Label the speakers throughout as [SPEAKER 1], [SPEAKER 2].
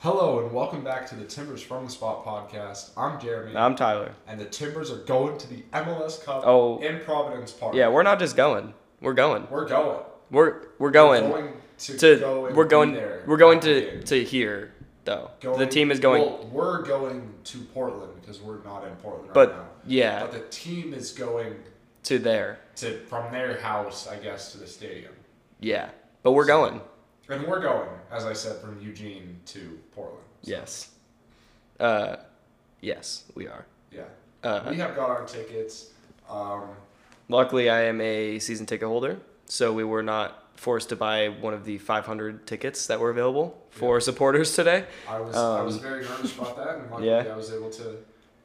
[SPEAKER 1] Hello and welcome back to the Timbers from the Spot podcast. I'm Jeremy,
[SPEAKER 2] I'm Tyler.
[SPEAKER 1] and the Timbers are going to the MLS Cup
[SPEAKER 2] Oh.
[SPEAKER 1] in Providence Park.
[SPEAKER 2] Yeah, we're not just going. We're going.
[SPEAKER 1] we're going.
[SPEAKER 2] We're we're
[SPEAKER 1] We're
[SPEAKER 2] going,
[SPEAKER 1] going to,
[SPEAKER 2] to
[SPEAKER 1] go and
[SPEAKER 2] we're going
[SPEAKER 1] be there.
[SPEAKER 2] we're going
[SPEAKER 1] at the
[SPEAKER 2] to
[SPEAKER 1] game.
[SPEAKER 2] to here though. the
[SPEAKER 1] Going-
[SPEAKER 2] team is going,
[SPEAKER 1] Well, we're going to Portland because we're not in Portland
[SPEAKER 2] but
[SPEAKER 1] right now.
[SPEAKER 2] yeah,
[SPEAKER 1] But the team is going
[SPEAKER 2] to there.
[SPEAKER 1] to from their house, I guess, to the stadium,
[SPEAKER 2] Yeah, but we're going.
[SPEAKER 1] and we're going, as I said, from Eugene to Portland.
[SPEAKER 2] Yes. Uh, yes, we are.
[SPEAKER 1] Yeah,
[SPEAKER 2] Uh,
[SPEAKER 1] we have got our tickets. Um,
[SPEAKER 2] luckily, I am a season ticket holder, so we were not forced to buy one of the 500 tickets that were available for supporters today.
[SPEAKER 1] I was I was
[SPEAKER 2] Um,
[SPEAKER 1] very nervous about that, and luckily
[SPEAKER 2] yeah.
[SPEAKER 1] I was able to.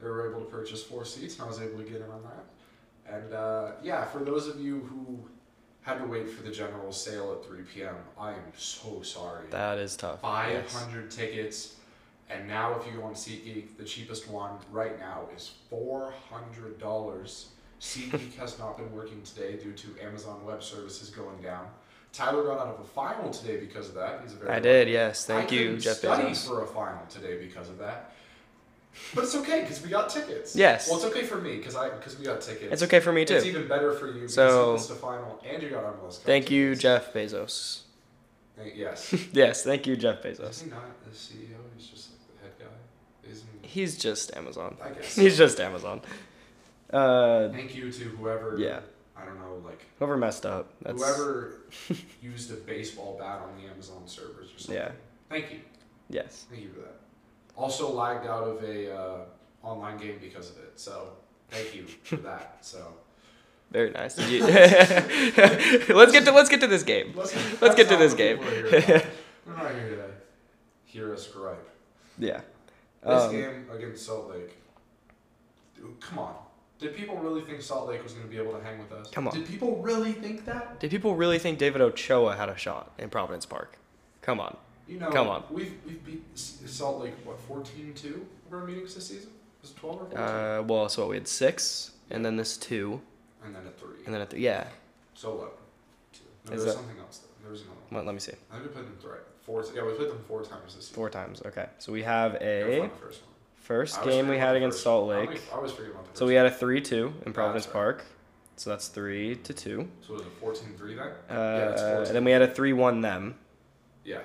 [SPEAKER 1] They were able to purchase four seats, and I was able to get in on that. And uh, yeah, for those of you who had to wait for the general sale at 3 p.m., I am so sorry.
[SPEAKER 2] That is tough. yes.
[SPEAKER 1] 500 tickets, and now if you go on SeatGeek, the cheapest one right now is $400. SeatGeek has not been working today due to Amazon Web Services going down. Tyler got out of a final today because of that. He's a very
[SPEAKER 2] I did. Yes. Thank
[SPEAKER 1] I
[SPEAKER 2] you,
[SPEAKER 1] couldn't
[SPEAKER 2] Jeff
[SPEAKER 1] study
[SPEAKER 2] Bezos.
[SPEAKER 1] for a final today because of that. But it's okay because we got tickets.
[SPEAKER 2] Yes.
[SPEAKER 1] Well, it's okay for me because I because we got tickets.
[SPEAKER 2] It's okay for me
[SPEAKER 1] It's
[SPEAKER 2] too.
[SPEAKER 1] even better for you
[SPEAKER 2] So-
[SPEAKER 1] because it's the final and you got on those.
[SPEAKER 2] Thank you, Jeff Bezos.
[SPEAKER 1] Yes.
[SPEAKER 2] yes, thank you, Jeff
[SPEAKER 1] Is
[SPEAKER 2] Bezos.
[SPEAKER 1] he not the CEO? He's just like the head guy. Isn't he?
[SPEAKER 2] He's just Amazon.
[SPEAKER 1] I guess.
[SPEAKER 2] He's just Amazon. Uh,
[SPEAKER 1] Thank you to whoever.
[SPEAKER 2] Yeah.
[SPEAKER 1] I don't know, like
[SPEAKER 2] whoever messed up. That's
[SPEAKER 1] whoever used a baseball bat on the Amazon servers or something.
[SPEAKER 2] Yeah.
[SPEAKER 1] Thank you.
[SPEAKER 2] yes.
[SPEAKER 1] Thank you for that. Also lagged out of a uh, online game because of it. So thank you for that. So
[SPEAKER 2] Very nice. Did you- let's get to let's get to this game.
[SPEAKER 1] let's,
[SPEAKER 2] Let's get
[SPEAKER 1] that's not
[SPEAKER 2] to this
[SPEAKER 1] what
[SPEAKER 2] game.
[SPEAKER 1] people are here about. They're not here to hear us gripe.
[SPEAKER 2] Yeah.
[SPEAKER 1] This
[SPEAKER 2] Um,
[SPEAKER 1] game against Salt Lake. Dude, Come on. Did people really think Salt Lake was going to be able to hang with us?
[SPEAKER 2] Come on.
[SPEAKER 1] Did people really think that?
[SPEAKER 2] Did people really think David Ochoa had a shot in Providence Park? Come on.
[SPEAKER 1] You know,
[SPEAKER 2] Come on.
[SPEAKER 1] We've, we've beat S- Salt Lake, what, 14 2 of our meetings this season? Was it 12 or 14?
[SPEAKER 2] Uh, well, so we had six, and then this two,
[SPEAKER 1] and then a 3.
[SPEAKER 2] and then a th- yeah.
[SPEAKER 1] So low. No, there was
[SPEAKER 2] Is that-
[SPEAKER 1] something else, though. There was another one.
[SPEAKER 2] Well, let me see.
[SPEAKER 1] I think we played them three, four. Yeah, we played them four times this season.
[SPEAKER 2] Four times. Okay. So we have
[SPEAKER 1] They were
[SPEAKER 2] a
[SPEAKER 1] fun, the first one. I
[SPEAKER 2] first
[SPEAKER 1] always
[SPEAKER 2] game we
[SPEAKER 1] forget about
[SPEAKER 2] had
[SPEAKER 1] the
[SPEAKER 2] against
[SPEAKER 1] first
[SPEAKER 2] Salt
[SPEAKER 1] one. I
[SPEAKER 2] Lake.
[SPEAKER 1] always- I always forget about the first
[SPEAKER 2] So we had a 3 2 in
[SPEAKER 1] That's
[SPEAKER 2] Providence
[SPEAKER 1] right.
[SPEAKER 2] Park. So that's 3 to 2.
[SPEAKER 1] one. So was it 14 3 then?
[SPEAKER 2] Uh,
[SPEAKER 1] that's 14.
[SPEAKER 2] and then we had a 3 1 them.
[SPEAKER 1] Yeah.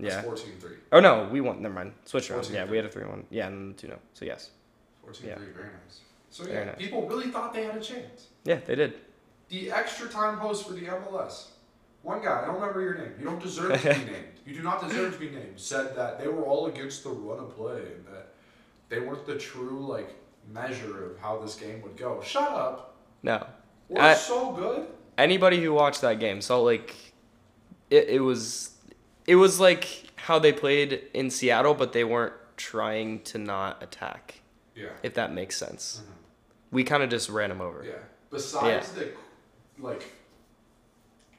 [SPEAKER 2] Yeah.
[SPEAKER 1] That's 14 3.
[SPEAKER 2] Oh, no, we won. Never mind. Switch around.
[SPEAKER 1] 14
[SPEAKER 2] Yeah, we had a 3 1. Yeah, and then the 2 no. So, yes.
[SPEAKER 1] 14
[SPEAKER 2] Yeah.
[SPEAKER 1] 3, very nice. So
[SPEAKER 2] Very
[SPEAKER 1] yeah,
[SPEAKER 2] nice.
[SPEAKER 1] people really thought they had a chance.
[SPEAKER 2] Yeah, they did.
[SPEAKER 1] The extra time host for the MLS. One guy, I don't remember your name. You don't deserve to be named. You do not deserve to be named. Said that they were all against the run of play and that they weren't the true like measure of how this game would go. Shut up.
[SPEAKER 2] No.
[SPEAKER 1] We're
[SPEAKER 2] I-
[SPEAKER 1] so good.
[SPEAKER 2] Anybody who watched that game, Salt Lake, it, it was. It was like how they played in Seattle, but they weren't trying to not attack,
[SPEAKER 1] Yeah.
[SPEAKER 2] if that makes sense.
[SPEAKER 1] Mhm.
[SPEAKER 2] We kind of just ran them over.
[SPEAKER 1] Yeah. Besides the like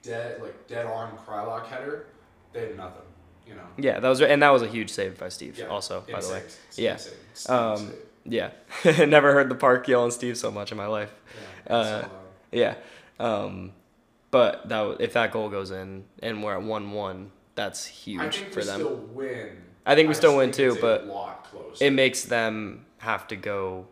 [SPEAKER 1] dead like dead on Krylock header, they had nothing. You know.
[SPEAKER 2] Yeah, that was and that was a huge save by Steve.
[SPEAKER 1] Yeah.
[SPEAKER 2] Also, by the
[SPEAKER 1] Insane.
[SPEAKER 2] way,
[SPEAKER 1] It's
[SPEAKER 2] Yeah.
[SPEAKER 1] insane. It's
[SPEAKER 2] um,
[SPEAKER 1] insane.
[SPEAKER 2] yeah, never heard the park yell and Steve so much in my life.
[SPEAKER 1] Yeah, it's
[SPEAKER 2] uh,
[SPEAKER 1] so loud.
[SPEAKER 2] Yeah, um, but that w- if that goal goes in and we're at one one, that's
[SPEAKER 1] I
[SPEAKER 2] huge
[SPEAKER 1] think
[SPEAKER 2] for
[SPEAKER 1] we
[SPEAKER 2] them.
[SPEAKER 1] still win.
[SPEAKER 2] I think we
[SPEAKER 1] just
[SPEAKER 2] still win too,
[SPEAKER 1] it's a
[SPEAKER 2] but
[SPEAKER 1] lot closer.
[SPEAKER 2] It makes them have to go.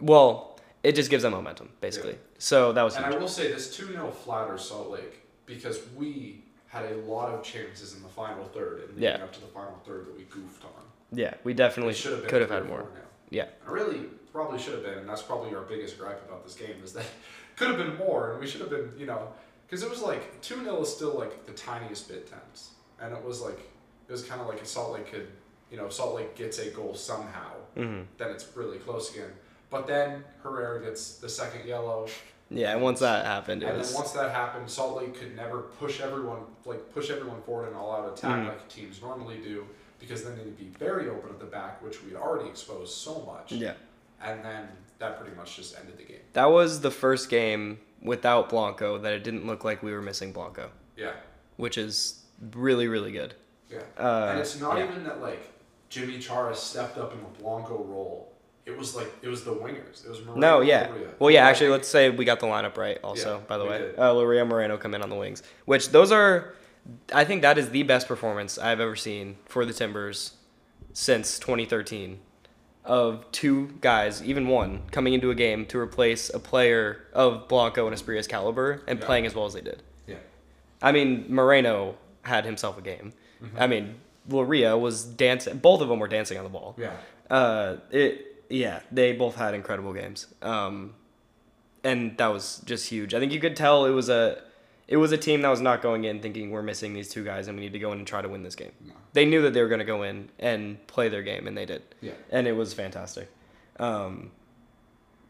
[SPEAKER 2] Well, it just gives them momentum basically. So that was
[SPEAKER 1] and I
[SPEAKER 2] huge.
[SPEAKER 1] will say this 2 0 flatters Salt Lake because we had a lot of chances in the final third and leading
[SPEAKER 2] Yeah.
[SPEAKER 1] up to the final third that we goofed on.
[SPEAKER 2] yeah. We definitely
[SPEAKER 1] It should have been
[SPEAKER 2] could have
[SPEAKER 1] three
[SPEAKER 2] had
[SPEAKER 1] or
[SPEAKER 2] more.
[SPEAKER 1] 4-0.
[SPEAKER 2] Yeah,
[SPEAKER 1] And really, probably should have been, and that's probably our biggest gripe about this game is that could have been more, and we should have been, you know, because it was like 2 0 is still like the tiniest bit tense. And it was like, it was kind of like if Salt Lake could, you know, if Salt Lake gets a goal somehow,
[SPEAKER 2] hmm
[SPEAKER 1] then it's really close again. But then Herrera gets the second yellow,
[SPEAKER 2] yeah. And once that happened, it
[SPEAKER 1] and then
[SPEAKER 2] was
[SPEAKER 1] once that happened, Salt Lake could never push everyone like push everyone forward in an all-out attack
[SPEAKER 2] Mhm.
[SPEAKER 1] like teams normally do, because then they'd be very open at the back, which we'd already exposed so much.
[SPEAKER 2] yeah.
[SPEAKER 1] And then that pretty much just ended the game.
[SPEAKER 2] That was the first game without Blanco that it didn't look like we were missing Blanco,
[SPEAKER 1] Yeah,
[SPEAKER 2] which is really really good.
[SPEAKER 1] yeah.
[SPEAKER 2] Uh,
[SPEAKER 1] and it's not
[SPEAKER 2] yeah.
[SPEAKER 1] even that like Jimmy Chara stepped up in the Blanco role. It was like it was the wingers. It was Maria
[SPEAKER 2] No, yeah.
[SPEAKER 1] Gloria.
[SPEAKER 2] Well, yeah, actually, let's say we got the lineup right also,
[SPEAKER 1] Yeah,
[SPEAKER 2] by the
[SPEAKER 1] we
[SPEAKER 2] way.
[SPEAKER 1] did.
[SPEAKER 2] Uh, Loria Moreno come in on the wings, which those are, I think that is the best performance I've ever seen for the Timbers since 2013 of two guys, even one, coming into a game to replace a player of Blanco and Espria's caliber and
[SPEAKER 1] Yeah.
[SPEAKER 2] playing as well as they did.
[SPEAKER 1] Yeah.
[SPEAKER 2] I mean, Moreno had himself a game.
[SPEAKER 1] Mm-hmm.
[SPEAKER 2] I mean, Loria was dancing. Both of them were dancing on the ball.
[SPEAKER 1] Yeah.
[SPEAKER 2] Uh, it yeah, they both had incredible games. Um, and that was just huge. I think you could tell it was a it was a team that was not going in thinking we're missing these two guys and we need to go in and try to win this game.
[SPEAKER 1] No.
[SPEAKER 2] They knew that they were going to go in and play their game, and they did.
[SPEAKER 1] Yeah.
[SPEAKER 2] And it was fantastic. Um,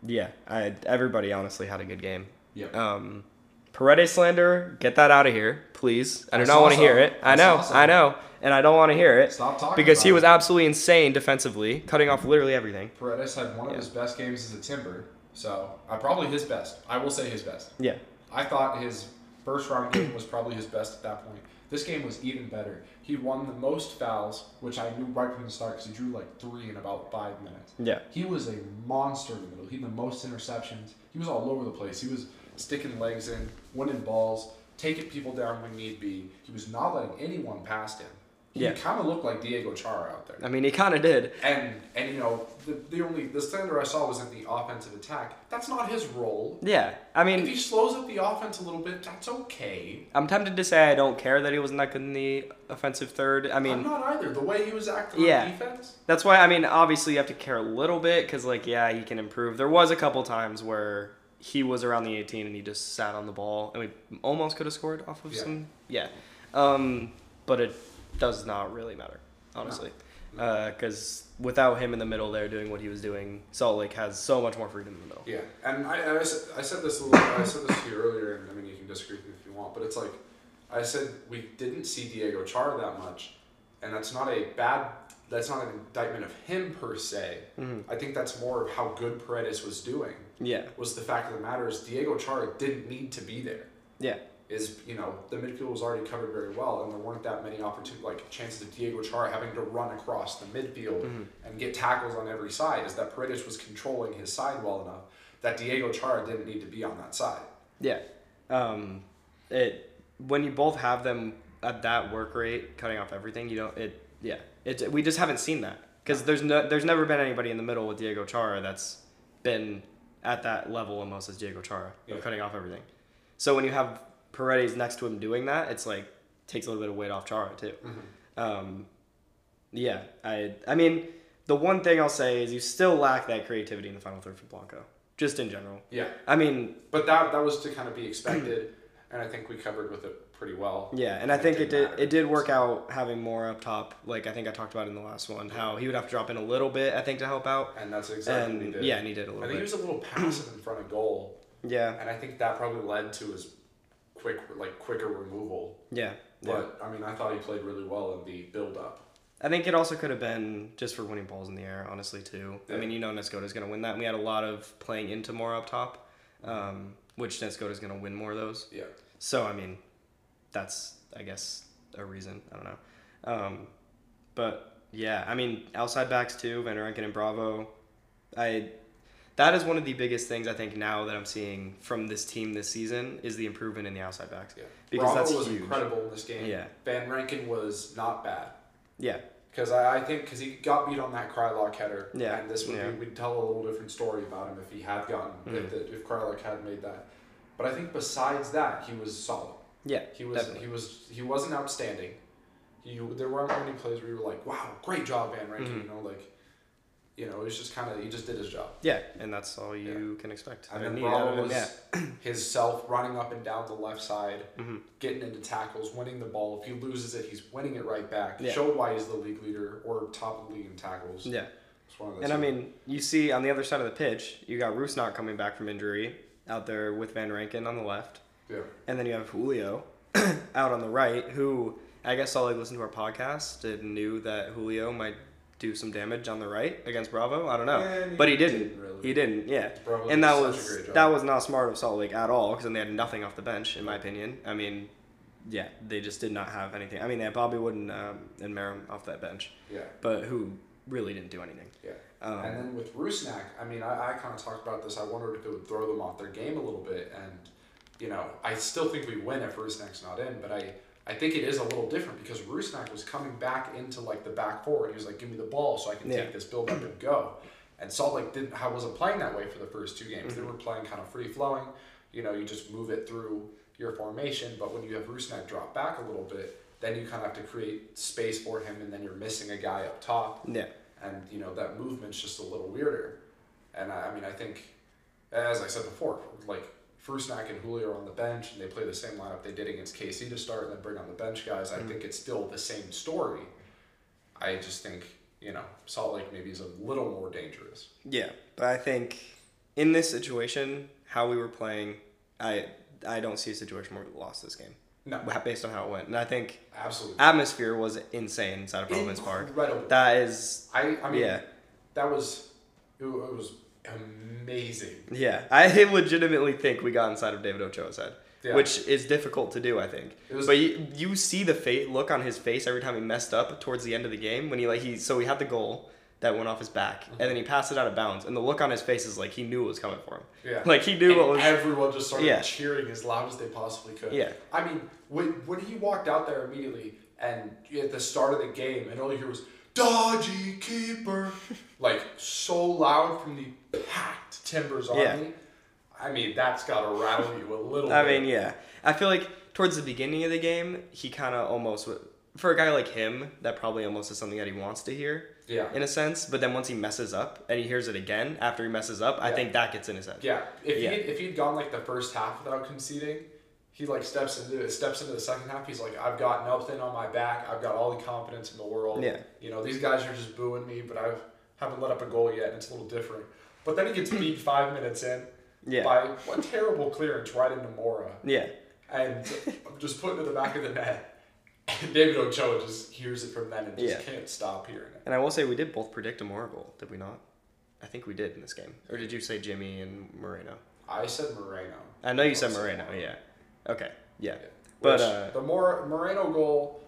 [SPEAKER 2] yeah, I everybody honestly had a good game.
[SPEAKER 1] Yeah.
[SPEAKER 2] Um, Paredes slander, get that out of here, please. I do
[SPEAKER 1] I
[SPEAKER 2] not
[SPEAKER 1] saw
[SPEAKER 2] want to hear
[SPEAKER 1] some.
[SPEAKER 2] it. I,
[SPEAKER 1] I
[SPEAKER 2] know,
[SPEAKER 1] saw some.
[SPEAKER 2] I know, and I don't want to hear it
[SPEAKER 1] Stop talking
[SPEAKER 2] because
[SPEAKER 1] about
[SPEAKER 2] he was
[SPEAKER 1] it.
[SPEAKER 2] absolutely insane defensively, cutting off literally everything.
[SPEAKER 1] Paredes had one of
[SPEAKER 2] Yeah.
[SPEAKER 1] his best games as a Timber, so uh, probably his best. I will say his best.
[SPEAKER 2] Yeah,
[SPEAKER 1] I thought his first round game was probably his best at that point. This game was even better. He won the most fouls, which I knew right from the start because he drew like three in about five minutes.
[SPEAKER 2] yeah,
[SPEAKER 1] He was a monster in the middle. He had the most interceptions. He was all over the place. He was sticking legs in, winning balls, taking people down when need be. He was not letting anyone past him. He
[SPEAKER 2] Yeah.
[SPEAKER 1] kind of looked like Diego Chara out there.
[SPEAKER 2] I mean, he kind of did.
[SPEAKER 1] And and you know the, the only the slander I saw was in the offensive attack. That's not his role.
[SPEAKER 2] Yeah, I
[SPEAKER 1] If
[SPEAKER 2] mean,
[SPEAKER 1] he slows up the offense a little bit, that's okay.
[SPEAKER 2] I'm tempted to say I don't care that he was not good in the offensive third. I
[SPEAKER 1] I am
[SPEAKER 2] mean,
[SPEAKER 1] not either. The way he was acting
[SPEAKER 2] Yeah.
[SPEAKER 1] on defense.
[SPEAKER 2] that's why. I mean, obviously you have to care a little bit because, like, yeah, he can improve. There was a couple times where he was around the 18 and he just sat on the ball, and we almost could have scored off of
[SPEAKER 1] Yeah.
[SPEAKER 2] some. Yeah, um, but it does not really matter, honestly,
[SPEAKER 1] No.
[SPEAKER 2] because without him in the middle there doing what he was doing, Salt Lake has so much more freedom in the middle.
[SPEAKER 1] Yeah, and I, and I, s- I said this a little. I said this to you earlier, and I mean you can disagree with me if you want, but it's like I said we didn't see Diego Chara that much, and that's not a bad. That's not an indictment of him per se.
[SPEAKER 2] Mm-hmm.
[SPEAKER 1] I think that's more of how good Paredes was doing.
[SPEAKER 2] Yeah,
[SPEAKER 1] Was the fact of the matter is Diego Chara didn't need to be there.
[SPEAKER 2] yeah,
[SPEAKER 1] is you know the midfield was already covered very well, and there weren't that many opportunities like chances of Diego Chara having to run across the midfield
[SPEAKER 2] Mm-hmm.
[SPEAKER 1] and get tackles on every side. Is that Paredes was controlling his side well enough that Diego Chara didn't need to be on that side.
[SPEAKER 2] yeah. Um, it when you both have them at that work rate, cutting off everything, you don't. It yeah. It we just haven't seen that because there's no there's never been anybody in the middle with Diego Chara that's been at that level almost as Diego Chara
[SPEAKER 1] Yeah.
[SPEAKER 2] of cutting off everything. So when you have Paredes next to him doing that, it's like takes a little bit of weight off Chara too. Um, yeah, I I mean the one thing I'll say is you still lack that creativity in the final third for Blanco, just in general.
[SPEAKER 1] Yeah,
[SPEAKER 2] I mean,
[SPEAKER 1] but that that was to kind of be expected, and I think we covered with it pretty well.
[SPEAKER 2] Yeah, and I think it
[SPEAKER 1] didn't
[SPEAKER 2] did.
[SPEAKER 1] matter.
[SPEAKER 2] It did work out having more up top. Like I think I talked about in the last one, how he would have to drop in a little bit, I think, to help out.
[SPEAKER 1] and that's exactly what he
[SPEAKER 2] And
[SPEAKER 1] did.
[SPEAKER 2] yeah, and he did a
[SPEAKER 1] I
[SPEAKER 2] little
[SPEAKER 1] think he
[SPEAKER 2] bit.
[SPEAKER 1] was a little passive in front of goal,
[SPEAKER 2] Yeah,
[SPEAKER 1] and I think that probably led to his quick like quicker removal.
[SPEAKER 2] yeah, yeah.
[SPEAKER 1] But I mean, I thought he played really well in the build up.
[SPEAKER 2] I think it also could have been just for winning balls in the air, honestly, too. I
[SPEAKER 1] Yeah.
[SPEAKER 2] mean, you know, Nescoda's going to win that. And we had a lot of playing into more up top, um, which Nescoda's going to win more of those.
[SPEAKER 1] Yeah.
[SPEAKER 2] So I mean, that's I guess a reason. I don't know. Um, but yeah, I mean outside backs too, Van Rankin and Bravo. I that is one of the biggest things I think now that I'm seeing from this team this season is the improvement in the outside backs.
[SPEAKER 1] Yeah.
[SPEAKER 2] Because
[SPEAKER 1] Bravo
[SPEAKER 2] that's
[SPEAKER 1] was
[SPEAKER 2] huge.
[SPEAKER 1] incredible in this game.
[SPEAKER 2] Yeah.
[SPEAKER 1] Van Rankin was not bad
[SPEAKER 2] Yeah,
[SPEAKER 1] because I, I think because he got beat on that Krylock header.
[SPEAKER 2] Yeah.
[SPEAKER 1] And this would
[SPEAKER 2] Yeah. Mm.
[SPEAKER 1] be, we'd tell a little different story about him if he had gotten if, the, if Krylock had made that. But I think besides that, he was solid.
[SPEAKER 2] yeah,
[SPEAKER 1] He was
[SPEAKER 2] definitely.
[SPEAKER 1] he was he wasn't outstanding. He, there weren't many plays where you were like, "Wow, great job, Van Rankin."
[SPEAKER 2] Mm-hmm.
[SPEAKER 1] You know, like, you know, it was just kind of he just did his job.
[SPEAKER 2] Yeah, and that's all you can expect.
[SPEAKER 1] And
[SPEAKER 2] or
[SPEAKER 1] then
[SPEAKER 2] need out
[SPEAKER 1] Bravo
[SPEAKER 2] of
[SPEAKER 1] was
[SPEAKER 2] him, yeah.
[SPEAKER 1] his self running up and down the left side,
[SPEAKER 2] Mm-hmm.
[SPEAKER 1] getting into tackles, winning the ball. If he loses it, he's winning it right back.
[SPEAKER 2] Yeah.
[SPEAKER 1] Showed why he's the league leader or top of the league in tackles.
[SPEAKER 2] Yeah.
[SPEAKER 1] It's one of those
[SPEAKER 2] And I
[SPEAKER 1] two.
[SPEAKER 2] mean, you see on the other side of the pitch, you got Roos not coming back from injury out there with Van Rankin on the left.
[SPEAKER 1] yeah,
[SPEAKER 2] And then you have Julio out on the right, who I guess all like listened to our podcast and knew that Julio might do some damage on the right against Bravo. I don't know,
[SPEAKER 1] Yeah, he
[SPEAKER 2] but he didn't.
[SPEAKER 1] didn't really.
[SPEAKER 2] He didn't. Yeah,
[SPEAKER 1] Bravo
[SPEAKER 2] and
[SPEAKER 1] did
[SPEAKER 2] that
[SPEAKER 1] such a
[SPEAKER 2] was
[SPEAKER 1] great job.
[SPEAKER 2] that was not smart of Salt Lake at all because then they had nothing off the bench, in my opinion. I mean, yeah, they just did not have anything. I mean, they had Bobby Wood and, um, and Merrim off that bench,
[SPEAKER 1] yeah,
[SPEAKER 2] but who really didn't do anything.
[SPEAKER 1] yeah.
[SPEAKER 2] Um,
[SPEAKER 1] and then with Rusnak, I mean, I, I kind of talked about this. I wondered if it would throw them off their game a little bit, and you know, I still think we win if Rusnak's not in, but I I think it is a little different because Rusnak was coming back into like the back four. He was like, "Give me the ball so I can
[SPEAKER 2] Yeah.
[SPEAKER 1] take this build up and go." And Salt Lake didn't I wasn't playing that way for the first two games.
[SPEAKER 2] Mm-hmm.
[SPEAKER 1] They were playing kind of free flowing. You know, you just move it through your formation. But when you have Rusnak drop back a little bit, then you kind of have to create space for him, and then you're missing a guy up top
[SPEAKER 2] Yeah.
[SPEAKER 1] and you know that movement's just a little weirder. And I, I mean, I think, as I said before, like Frusnak and Julio are on the bench, and they play the same lineup they did against KC to start, and then bring on the bench guys.
[SPEAKER 2] Mm-hmm.
[SPEAKER 1] I think it's still the same story. I just think you know Salt Lake maybe is a little more dangerous.
[SPEAKER 2] Yeah, but I think in this situation, how we were playing, I I don't see a situation where we lost this game
[SPEAKER 1] No,
[SPEAKER 2] based on how it went. And I think
[SPEAKER 1] absolutely.
[SPEAKER 2] atmosphere was insane inside of Providence Park.
[SPEAKER 1] Incredible.
[SPEAKER 2] That is,
[SPEAKER 1] I I mean,
[SPEAKER 2] yeah,
[SPEAKER 1] that was it, wa- it was amazing.
[SPEAKER 2] yeah. I legitimately think we got inside of David Ochoa's head,
[SPEAKER 1] Yeah.
[SPEAKER 2] which is difficult to do. I think,
[SPEAKER 1] It was-
[SPEAKER 2] but you, you see the fate look on his face every time he messed up towards the end of the game when he like he so he had the goal that went off his back and then he passed it out of bounds and the look on his face is like he knew it was coming for him.
[SPEAKER 1] Yeah.
[SPEAKER 2] Like he knew
[SPEAKER 1] And
[SPEAKER 2] what was
[SPEAKER 1] Everyone just started
[SPEAKER 2] Yeah.
[SPEAKER 1] cheering as loud as they possibly could.
[SPEAKER 2] Yeah.
[SPEAKER 1] I mean, when, when he walked out there immediately and at the start of the game, and all you hear was "dodgy keeper," like so loud from the packed Timbers
[SPEAKER 2] Yeah.
[SPEAKER 1] army. I mean, that's got to rattle you a little.
[SPEAKER 2] I
[SPEAKER 1] bit.
[SPEAKER 2] mean, yeah. I feel like towards the beginning of the game, he kind of almost w- for a guy like him, that probably almost is something that he wants to hear
[SPEAKER 1] yeah,
[SPEAKER 2] in a sense. But then once he messes up and he hears it again after he messes up, I
[SPEAKER 1] Yeah.
[SPEAKER 2] think that gets in his head.
[SPEAKER 1] yeah. If
[SPEAKER 2] Yeah.
[SPEAKER 1] he if he'd gone like the first half without conceding. He like steps into steps into the second half. He's like, I've got nothing on my back. I've got all the confidence in the world.
[SPEAKER 2] Yeah.
[SPEAKER 1] You know, these guys are just booing me, but I haven't let up a goal yet, and it's a little different. But then he gets beat five minutes in
[SPEAKER 2] Yeah.
[SPEAKER 1] by one terrible clearance right into Mora,
[SPEAKER 2] Yeah.
[SPEAKER 1] and just put it in the back of the net. And David Ochoa just hears it from then and just
[SPEAKER 2] Yeah.
[SPEAKER 1] can't stop hearing it.
[SPEAKER 2] And I will say we did both predict a Mora goal, did we not? I think we did in this game. Or did you say Jimmy and Moreno?
[SPEAKER 1] I said Moreno.
[SPEAKER 2] I know you said Moreno, yeah. Okay. Yeah.
[SPEAKER 1] Yeah.
[SPEAKER 2] But
[SPEAKER 1] Which,
[SPEAKER 2] uh,
[SPEAKER 1] the more Moreno goal,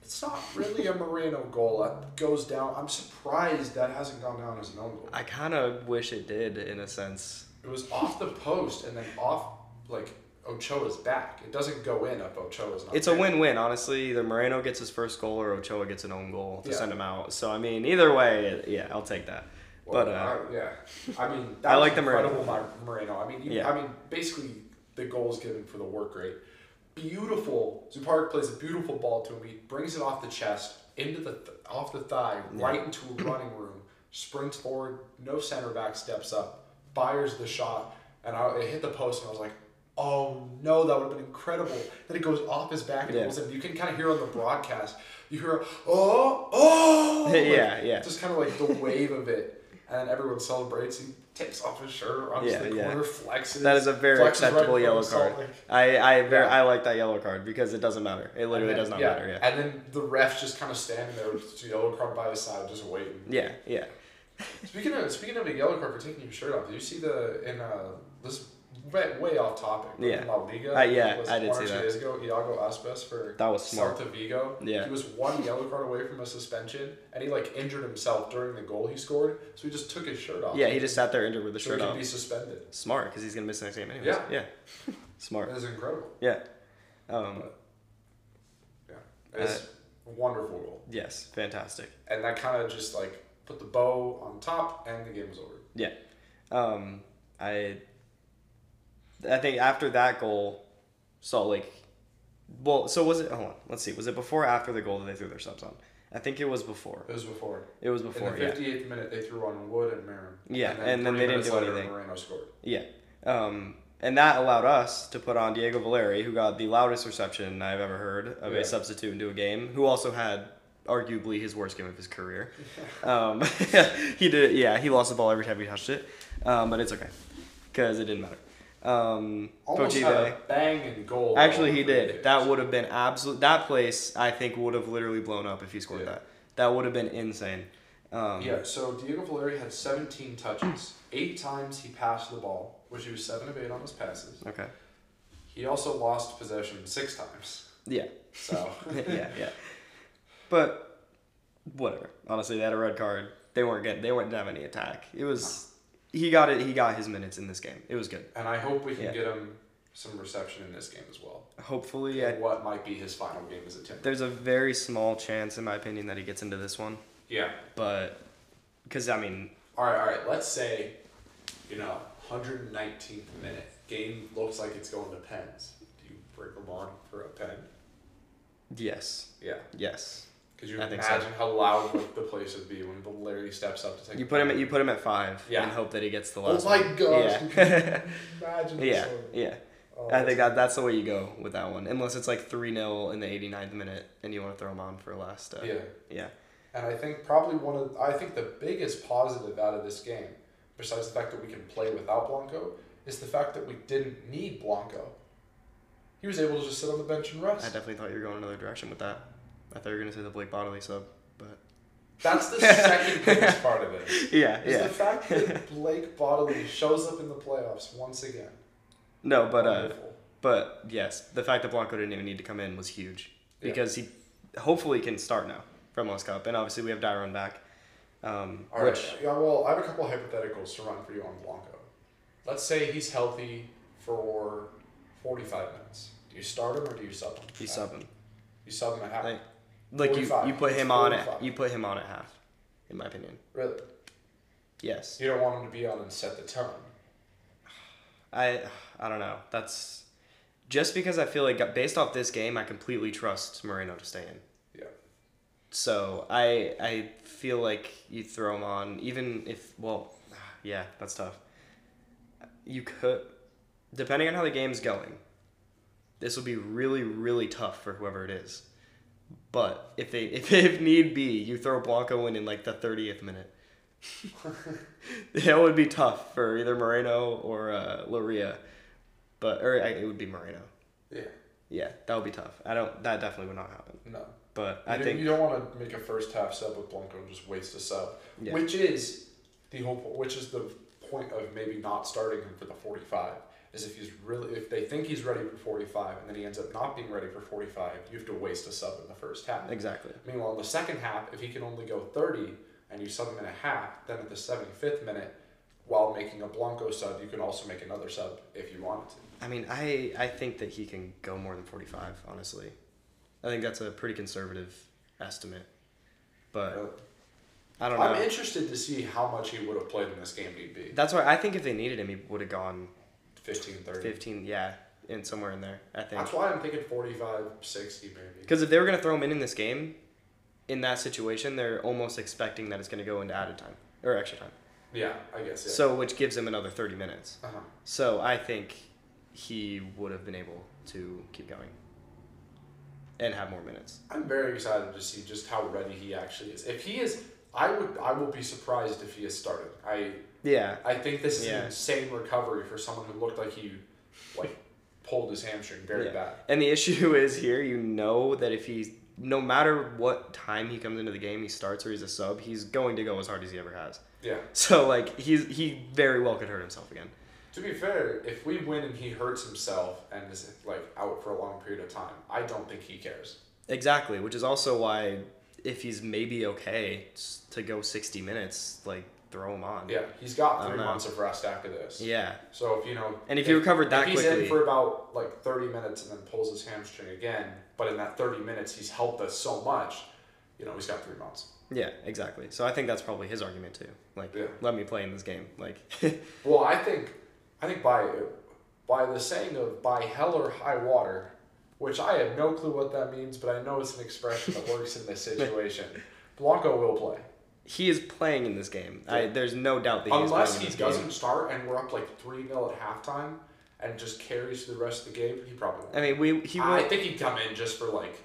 [SPEAKER 1] it's not really a Moreno goal. That goes down. I'm surprised that hasn't gone down as an own goal.
[SPEAKER 2] I kind of wish it did in a sense.
[SPEAKER 1] It was off the post and then off like Ochoa's back. It doesn't go in if Ochoa's not.
[SPEAKER 2] It's a
[SPEAKER 1] there.
[SPEAKER 2] win-win, honestly. Either Moreno gets his first goal or Ochoa gets an own goal to
[SPEAKER 1] Yeah.
[SPEAKER 2] send him out. So I mean, either way, yeah, I'll take that.
[SPEAKER 1] Well,
[SPEAKER 2] but uh,
[SPEAKER 1] I- yeah, I mean, that
[SPEAKER 2] I
[SPEAKER 1] was
[SPEAKER 2] like the Moreno.
[SPEAKER 1] incredible Moreno. Moreno. I mean, you,
[SPEAKER 2] Yeah.
[SPEAKER 1] I mean, basically the goal is given for the work rate. Beautiful. Zupark plays a beautiful ball to him. He brings it off the chest, into the th- off the thigh, right into a running room. Sprints forward. No center back steps up. Fires the shot, and I, it hit the post, and I was like. Oh no, that would have been incredible. Then it goes off his back and
[SPEAKER 2] Yeah.
[SPEAKER 1] rolls in. You can kind of hear on the broadcast. You hear, a, oh, oh, like,
[SPEAKER 2] Yeah, yeah.
[SPEAKER 1] Just kind of like the wave of it, and then everyone celebrates. He takes off his shirt, runs
[SPEAKER 2] Yeah,
[SPEAKER 1] the
[SPEAKER 2] yeah.
[SPEAKER 1] corner, flexes.
[SPEAKER 2] that is a very
[SPEAKER 1] flexes right in
[SPEAKER 2] acceptable
[SPEAKER 1] front of
[SPEAKER 2] yellow
[SPEAKER 1] Salt
[SPEAKER 2] card.
[SPEAKER 1] Lake.
[SPEAKER 2] I I very,
[SPEAKER 1] Yeah.
[SPEAKER 2] I like that yellow card because it doesn't matter. It literally does not
[SPEAKER 1] yeah.
[SPEAKER 2] matter. Yeah.
[SPEAKER 1] And then the ref's just kind of standing there with his yellow card by his side, just waiting.
[SPEAKER 2] Yeah. Yeah.
[SPEAKER 1] Speaking of speaking of a yellow card for taking your shirt off, did you see the in uh this way, way off topic? but
[SPEAKER 2] Yeah.
[SPEAKER 1] in La Liga.
[SPEAKER 2] Uh, yeah,
[SPEAKER 1] it was
[SPEAKER 2] I did
[SPEAKER 1] one or
[SPEAKER 2] see
[SPEAKER 1] two
[SPEAKER 2] that.
[SPEAKER 1] Days ago, Iago Aspas for
[SPEAKER 2] That was smart.
[SPEAKER 1] Celta Vigo.
[SPEAKER 2] Yeah.
[SPEAKER 1] He was one yellow card away from a suspension, and he like injured himself during the goal he scored, so he just took his shirt off.
[SPEAKER 2] Yeah. He just sat there injured with the
[SPEAKER 1] so he
[SPEAKER 2] shirt
[SPEAKER 1] could
[SPEAKER 2] off.
[SPEAKER 1] be suspended.
[SPEAKER 2] Smart, because he's gonna miss the next game anyways.
[SPEAKER 1] Yeah.
[SPEAKER 2] Yeah. Smart.
[SPEAKER 1] That is incredible.
[SPEAKER 2] Yeah. Um,
[SPEAKER 1] Yeah,
[SPEAKER 2] Uh,
[SPEAKER 1] it's a wonderful goal,
[SPEAKER 2] yes. Fantastic.
[SPEAKER 1] and that kind of just like put the bow on top, and the game was over.
[SPEAKER 2] Yeah. Um, I I think after that goal, Salt Lake well, so was it hold on, let's see, was it before or after the goal that they threw their subs on? I think it was before.
[SPEAKER 1] It was before.
[SPEAKER 2] It was before,
[SPEAKER 1] In the
[SPEAKER 2] yeah.
[SPEAKER 1] 58th minute, they threw on Wood and Marin.
[SPEAKER 2] Yeah, and then
[SPEAKER 1] three
[SPEAKER 2] they didn't
[SPEAKER 1] minutes
[SPEAKER 2] do
[SPEAKER 1] later,
[SPEAKER 2] anything.
[SPEAKER 1] Moreno scored.
[SPEAKER 2] Yeah. Um and that allowed us to put on Diego Valeri, who got the loudest reception I've ever heard of
[SPEAKER 1] Yeah.
[SPEAKER 2] a substitute into a game, who also had arguably his worst game of his career. um, he did, yeah, he lost the ball every time he touched it, um, but it's okay because it didn't matter. Um,
[SPEAKER 1] Almost
[SPEAKER 2] Pochibe-
[SPEAKER 1] had a bang and goal.
[SPEAKER 2] Actually,
[SPEAKER 1] on
[SPEAKER 2] he
[SPEAKER 1] the free
[SPEAKER 2] did.
[SPEAKER 1] kick.
[SPEAKER 2] That would have been absolute. That place, I think, would have literally blown up if he scored
[SPEAKER 1] Yeah.
[SPEAKER 2] that. That would have been insane. Um,
[SPEAKER 1] Yeah, so Diego Valeri had 17 touches. Eight times he passed the ball, which he was 7 of 8 on his passes.
[SPEAKER 2] Okay.
[SPEAKER 1] He also lost possession six times.
[SPEAKER 2] Yeah.
[SPEAKER 1] So,
[SPEAKER 2] yeah. Yeah. But whatever. Honestly, they had a red card. They weren't getting. They weren't having any attack. It was. He got it. He got his minutes in this game. It was good.
[SPEAKER 1] and I hope we can
[SPEAKER 2] Yeah.
[SPEAKER 1] get him some reception in this game as well.
[SPEAKER 2] Hopefully, I,
[SPEAKER 1] What might be his final game as a Timber?
[SPEAKER 2] there's a very small chance, in my opinion, that he gets into this one.
[SPEAKER 1] Yeah.
[SPEAKER 2] But because I mean,
[SPEAKER 1] All right, all right. Let's say, you know, 119th minute game looks like it's going to pens. Do you bring them on for a pen?
[SPEAKER 2] yes,
[SPEAKER 1] Yeah.
[SPEAKER 2] yes.
[SPEAKER 1] Could you
[SPEAKER 2] I think so.
[SPEAKER 1] imagine how loud like, the place would be when Larry steps up to take?
[SPEAKER 2] You
[SPEAKER 1] a
[SPEAKER 2] put him at
[SPEAKER 1] pen?
[SPEAKER 2] you put him at five
[SPEAKER 1] Yeah.
[SPEAKER 2] and hope that he gets the
[SPEAKER 1] Oh
[SPEAKER 2] last.
[SPEAKER 1] my
[SPEAKER 2] one.
[SPEAKER 1] gosh.
[SPEAKER 2] Yeah.
[SPEAKER 1] Imagine. the
[SPEAKER 2] yeah,
[SPEAKER 1] sort of-
[SPEAKER 2] yeah.
[SPEAKER 1] Oh,
[SPEAKER 2] I think that that's the way you go with that one, unless it's like three 0 in the 89th minute and you want to throw him on for last. Uh,
[SPEAKER 1] Yeah.
[SPEAKER 2] yeah.
[SPEAKER 1] And I think probably one of I think the biggest positive out of this game, besides the fact that we can play without Blanco, is the fact that we didn't need Blanco. He was able to just sit on the bench and
[SPEAKER 2] I
[SPEAKER 1] rest.
[SPEAKER 2] definitely thought you were going another direction with that. I thought you were gonna say the Blake Bodily sub, but
[SPEAKER 1] That's the second biggest part of it.
[SPEAKER 2] yeah,
[SPEAKER 1] Is
[SPEAKER 2] yeah.
[SPEAKER 1] the fact that Blake Bodily shows up in the playoffs once again.
[SPEAKER 2] No, but uh,
[SPEAKER 1] Wonderful.
[SPEAKER 2] but yes, the fact that Blanco didn't even need to come in was huge
[SPEAKER 1] Yeah.
[SPEAKER 2] because he hopefully can start now from Los Cup, and obviously we have Dyron back. Um,
[SPEAKER 1] All right.
[SPEAKER 2] which
[SPEAKER 1] Yeah, well, I have a couple of hypotheticals to run for you on Blanco. Let's say he's healthy for 45 minutes. Do you start him or do you sub him?
[SPEAKER 2] you sub him,
[SPEAKER 1] You sub him at half.
[SPEAKER 2] Like- like you,
[SPEAKER 1] 45.
[SPEAKER 2] you put him
[SPEAKER 1] It's
[SPEAKER 2] on at
[SPEAKER 1] 45.
[SPEAKER 2] you put him on at half, in my opinion.
[SPEAKER 1] Really?
[SPEAKER 2] Yes,
[SPEAKER 1] You don't want him to be on and set the tone.
[SPEAKER 2] I I don't know. That's just because I feel like based off this game, I completely trust Moreno to stay in.
[SPEAKER 1] Yeah.
[SPEAKER 2] So I I feel like you throw him on even if well, yeah, that's tough. You could, depending on how the game's going, this will be really really tough for whoever it is. But if they if, if need be, you throw Blanco in in like the thirtieth minute. that would be tough for either Moreno or uh, Loria, but or I, it would be Moreno.
[SPEAKER 1] Yeah.
[SPEAKER 2] Yeah, that would be tough. I don't. That definitely would not happen.
[SPEAKER 1] No.
[SPEAKER 2] But
[SPEAKER 1] You
[SPEAKER 2] I
[SPEAKER 1] don't-
[SPEAKER 2] think
[SPEAKER 1] you don't want to make a first half sub with Blanco and just waste a sub,
[SPEAKER 2] Yeah.
[SPEAKER 1] which is the whole po- which is the point of maybe not starting him for the 45 is if he's really if they think he's ready for 45 and then he ends up not being ready for 45, you have to waste a sub in the first half.
[SPEAKER 2] exactly.
[SPEAKER 1] Meanwhile, in the second half, if he can only go 30 and you sub him in a half, then at the 75th minute, while making a Blanco sub, you can also make another sub if you wanted to.
[SPEAKER 2] I mean, I I think that he can go more than 45, honestly. I think that's a pretty conservative estimate. But
[SPEAKER 1] Really.
[SPEAKER 2] I don't
[SPEAKER 1] I'm
[SPEAKER 2] know.
[SPEAKER 1] interested to see how much he would have played in this game he'd be.
[SPEAKER 2] That's why I think if they needed him, he would have gone
[SPEAKER 1] 15, 30.
[SPEAKER 2] 15, yeah, in somewhere in there, I think.
[SPEAKER 1] That's why I'm thinking 45, 60 maybe.
[SPEAKER 2] Because if they were going to throw him in in this game, in that situation, they're almost expecting that it's going to go into added time or extra time.
[SPEAKER 1] Yeah, I guess, yeah.
[SPEAKER 2] So, which gives him another 30 minutes.
[SPEAKER 1] uh-huh.
[SPEAKER 2] So I think he would have been able to keep going and have more minutes.
[SPEAKER 1] I'm very excited to see just how ready he actually is. If he is, I would, I will be surprised if he has started. I,
[SPEAKER 2] Yeah.
[SPEAKER 1] I think this is
[SPEAKER 2] Yeah.
[SPEAKER 1] an insane recovery for someone who looked like he, like, pulled his hamstring very
[SPEAKER 2] Yeah.
[SPEAKER 1] bad.
[SPEAKER 2] And the issue is here, you know that if he's no matter what time he comes into the game, he starts or he's a sub, he's going to go as hard as he ever has.
[SPEAKER 1] Yeah.
[SPEAKER 2] So like he's he very well could hurt himself again.
[SPEAKER 1] To be fair, if we win and he hurts himself and is like out for a long period of time, I don't think he cares.
[SPEAKER 2] Exactly, which is also why if he's maybe okay s- to go 60 minutes, like throw him on.
[SPEAKER 1] Yeah, he's got
[SPEAKER 2] Mm. I
[SPEAKER 1] three
[SPEAKER 2] don't know.
[SPEAKER 1] months of rest after this.
[SPEAKER 2] Yeah.
[SPEAKER 1] So if you know,
[SPEAKER 2] And if he recovered that
[SPEAKER 1] if he's
[SPEAKER 2] quickly-
[SPEAKER 1] in for about like thirty minutes and then pulls his hamstring again, but in that thirty minutes he's helped us so much, you know, he's got three months.
[SPEAKER 2] Yeah, exactly. So I think that's probably his argument too. Like
[SPEAKER 1] Yeah.
[SPEAKER 2] let me play in this game. Like
[SPEAKER 1] Well, I think, I think by by the saying of by hell or high water, which I have no clue what that means, but I know it's an expression that works in this situation. Blanco will play.
[SPEAKER 2] he is playing in this game. I,
[SPEAKER 1] Yeah.
[SPEAKER 2] there's no doubt that he's
[SPEAKER 1] Unless
[SPEAKER 2] playing
[SPEAKER 1] he
[SPEAKER 2] in this
[SPEAKER 1] doesn't
[SPEAKER 2] game.
[SPEAKER 1] start and we're up like 3 0 at halftime and just carries through the rest of the game, he probably won't.
[SPEAKER 2] I mean, we he
[SPEAKER 1] I
[SPEAKER 2] will
[SPEAKER 1] think he'd come in just for like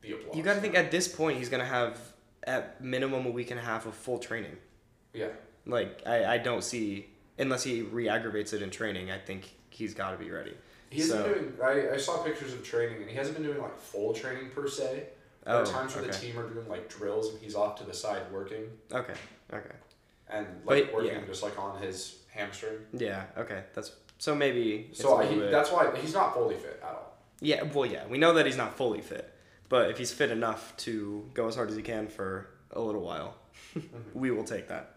[SPEAKER 1] the applause.
[SPEAKER 2] You got to think at this point he's gonna have at minimum a week and a half of full training.
[SPEAKER 1] Yeah.
[SPEAKER 2] Like I, I don't see unless he re-aggravates it in training. I think he's got to be ready.
[SPEAKER 1] He hasn't
[SPEAKER 2] So-
[SPEAKER 1] been doing, I, I saw pictures of training and he hasn't been doing like full training per se. There
[SPEAKER 2] Oh,
[SPEAKER 1] are times where the
[SPEAKER 2] okay.
[SPEAKER 1] team are doing like drills and he's off to the side working
[SPEAKER 2] Okay, okay,
[SPEAKER 1] and like
[SPEAKER 2] But,
[SPEAKER 1] working
[SPEAKER 2] yeah.
[SPEAKER 1] just like on his hamstring.
[SPEAKER 2] yeah, okay. That's so maybe. it's a
[SPEAKER 1] So I,
[SPEAKER 2] little
[SPEAKER 1] he,
[SPEAKER 2] bit-
[SPEAKER 1] that's why he's not fully fit at all.
[SPEAKER 2] yeah. Well, yeah, we know that he's not fully fit, but if he's fit enough to go as hard as he can for a little while, we will take that.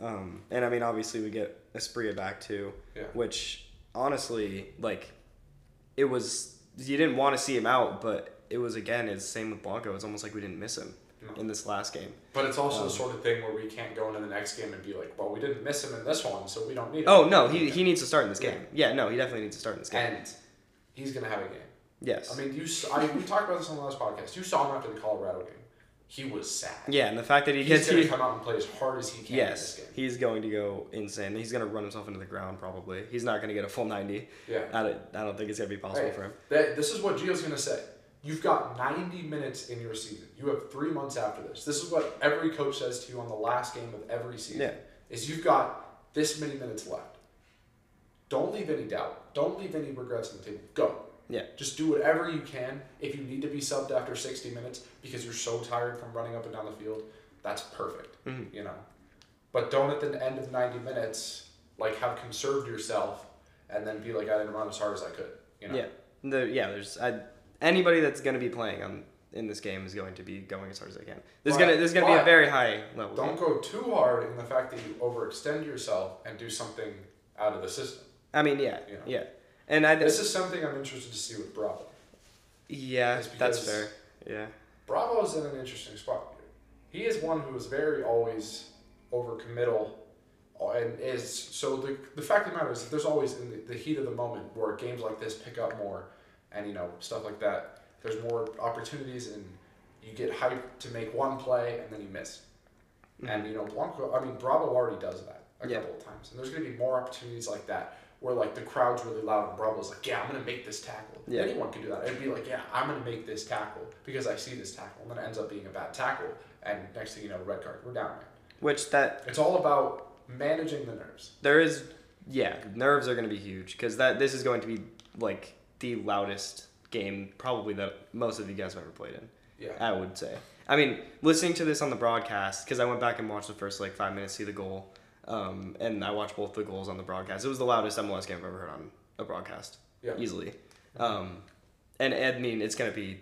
[SPEAKER 2] Um, and I mean, obviously, we get Espria back too.
[SPEAKER 1] Yeah.
[SPEAKER 2] which honestly like it was you didn't want to see him out, but it was again it's same with Blanco. It's almost like we didn't miss him
[SPEAKER 1] Yeah.
[SPEAKER 2] in this last game.
[SPEAKER 1] But it's also
[SPEAKER 2] Um,
[SPEAKER 1] the sort of thing where we can't go into the next game and be like, well, we didn't miss him in this one, so we don't need him.
[SPEAKER 2] Oh no, he, he
[SPEAKER 1] Yeah.
[SPEAKER 2] needs to start in this
[SPEAKER 1] Yeah.
[SPEAKER 2] game. Yeah, no, he definitely needs to start in this game.
[SPEAKER 1] and he's gonna have a game.
[SPEAKER 2] yes.
[SPEAKER 1] I mean, you. s- I we talked about this on the last podcast. You saw him after the Colorado game. He was sad.
[SPEAKER 2] yeah, and the fact that he
[SPEAKER 1] He's
[SPEAKER 2] gets
[SPEAKER 1] gonna
[SPEAKER 2] he,
[SPEAKER 1] come out and play as hard as he can
[SPEAKER 2] yes,
[SPEAKER 1] in this game.
[SPEAKER 2] he's going to go insane. He's going to run himself into the ground probably. He's not going to get a full ninety.
[SPEAKER 1] Yeah.
[SPEAKER 2] I don't, I don't think it's going to be possible
[SPEAKER 1] Hey,
[SPEAKER 2] for him.
[SPEAKER 1] that- this is what Gio's gonna say. You've got 90 minutes in your season. You have three months after this. This is what every coach says to you on the last game of every season.
[SPEAKER 2] Yeah.
[SPEAKER 1] Is you've got this many minutes left. Don't leave any doubt. Don't leave any regrets on the table. Go.
[SPEAKER 2] Yeah.
[SPEAKER 1] Just do whatever you can. If you need to be subbed after 60 minutes because you're so tired from running up and down the field, that's perfect.
[SPEAKER 2] Mhm.
[SPEAKER 1] You know. But don't at the end of 90 minutes like have conserved yourself and then be like I didn't run as hard as I could. You know.
[SPEAKER 2] Yeah. The, yeah, there's I, anybody that's going to be playing on in this game is going to be going as hard as they can. There's
[SPEAKER 1] But-
[SPEAKER 2] going to there's going to be a
[SPEAKER 1] but-
[SPEAKER 2] very high level.
[SPEAKER 1] Don't go too hard in the fact that you overextend yourself and do something out of the system.
[SPEAKER 2] I mean, yeah.
[SPEAKER 1] Yeah.
[SPEAKER 2] Yeah. And I
[SPEAKER 1] This is something I'm interested to see with Bravo.
[SPEAKER 2] yeah,
[SPEAKER 1] It's
[SPEAKER 2] that's
[SPEAKER 1] because-
[SPEAKER 2] fair. Yeah.
[SPEAKER 1] Bravo is in an interesting spot. He is one who is very always overcommittal, uh, and is so the the fact of the matter is that there's always in the, the heat of the moment where games like this pick up more, and you know stuff like that. There's more opportunities, and you get hyped to make one play, and then you miss. And you know Blanco, I mean Bravo already does that a
[SPEAKER 2] Yeah.
[SPEAKER 1] couple of times, and there's gonna be more opportunities like that where like the crowd's really loud and Bravo's like, yeah, I'm gonna make this tackle.
[SPEAKER 2] Yeah.
[SPEAKER 1] Anyone can do that. It'd be like, yeah, I'm gonna make this tackle because I see this tackle, and then it ends up being a bad tackle, and next thing you know, red card, we're down. Man.
[SPEAKER 2] Which that
[SPEAKER 1] It's all about managing the nerves.
[SPEAKER 2] there is yeah, nerves are going to be huge cuz that this is going to be like the loudest game probably that most of you guys have ever played in.
[SPEAKER 1] Yeah.
[SPEAKER 2] I would say. I mean, listening to this on the broadcast, because I went back and watched the first like five minutes, see the goal, um, and I watched both the goals on the broadcast. It was the loudest MLS game I've ever heard on a broadcast,
[SPEAKER 1] Yeah.
[SPEAKER 2] easily. Um, and I mean, it's gonna be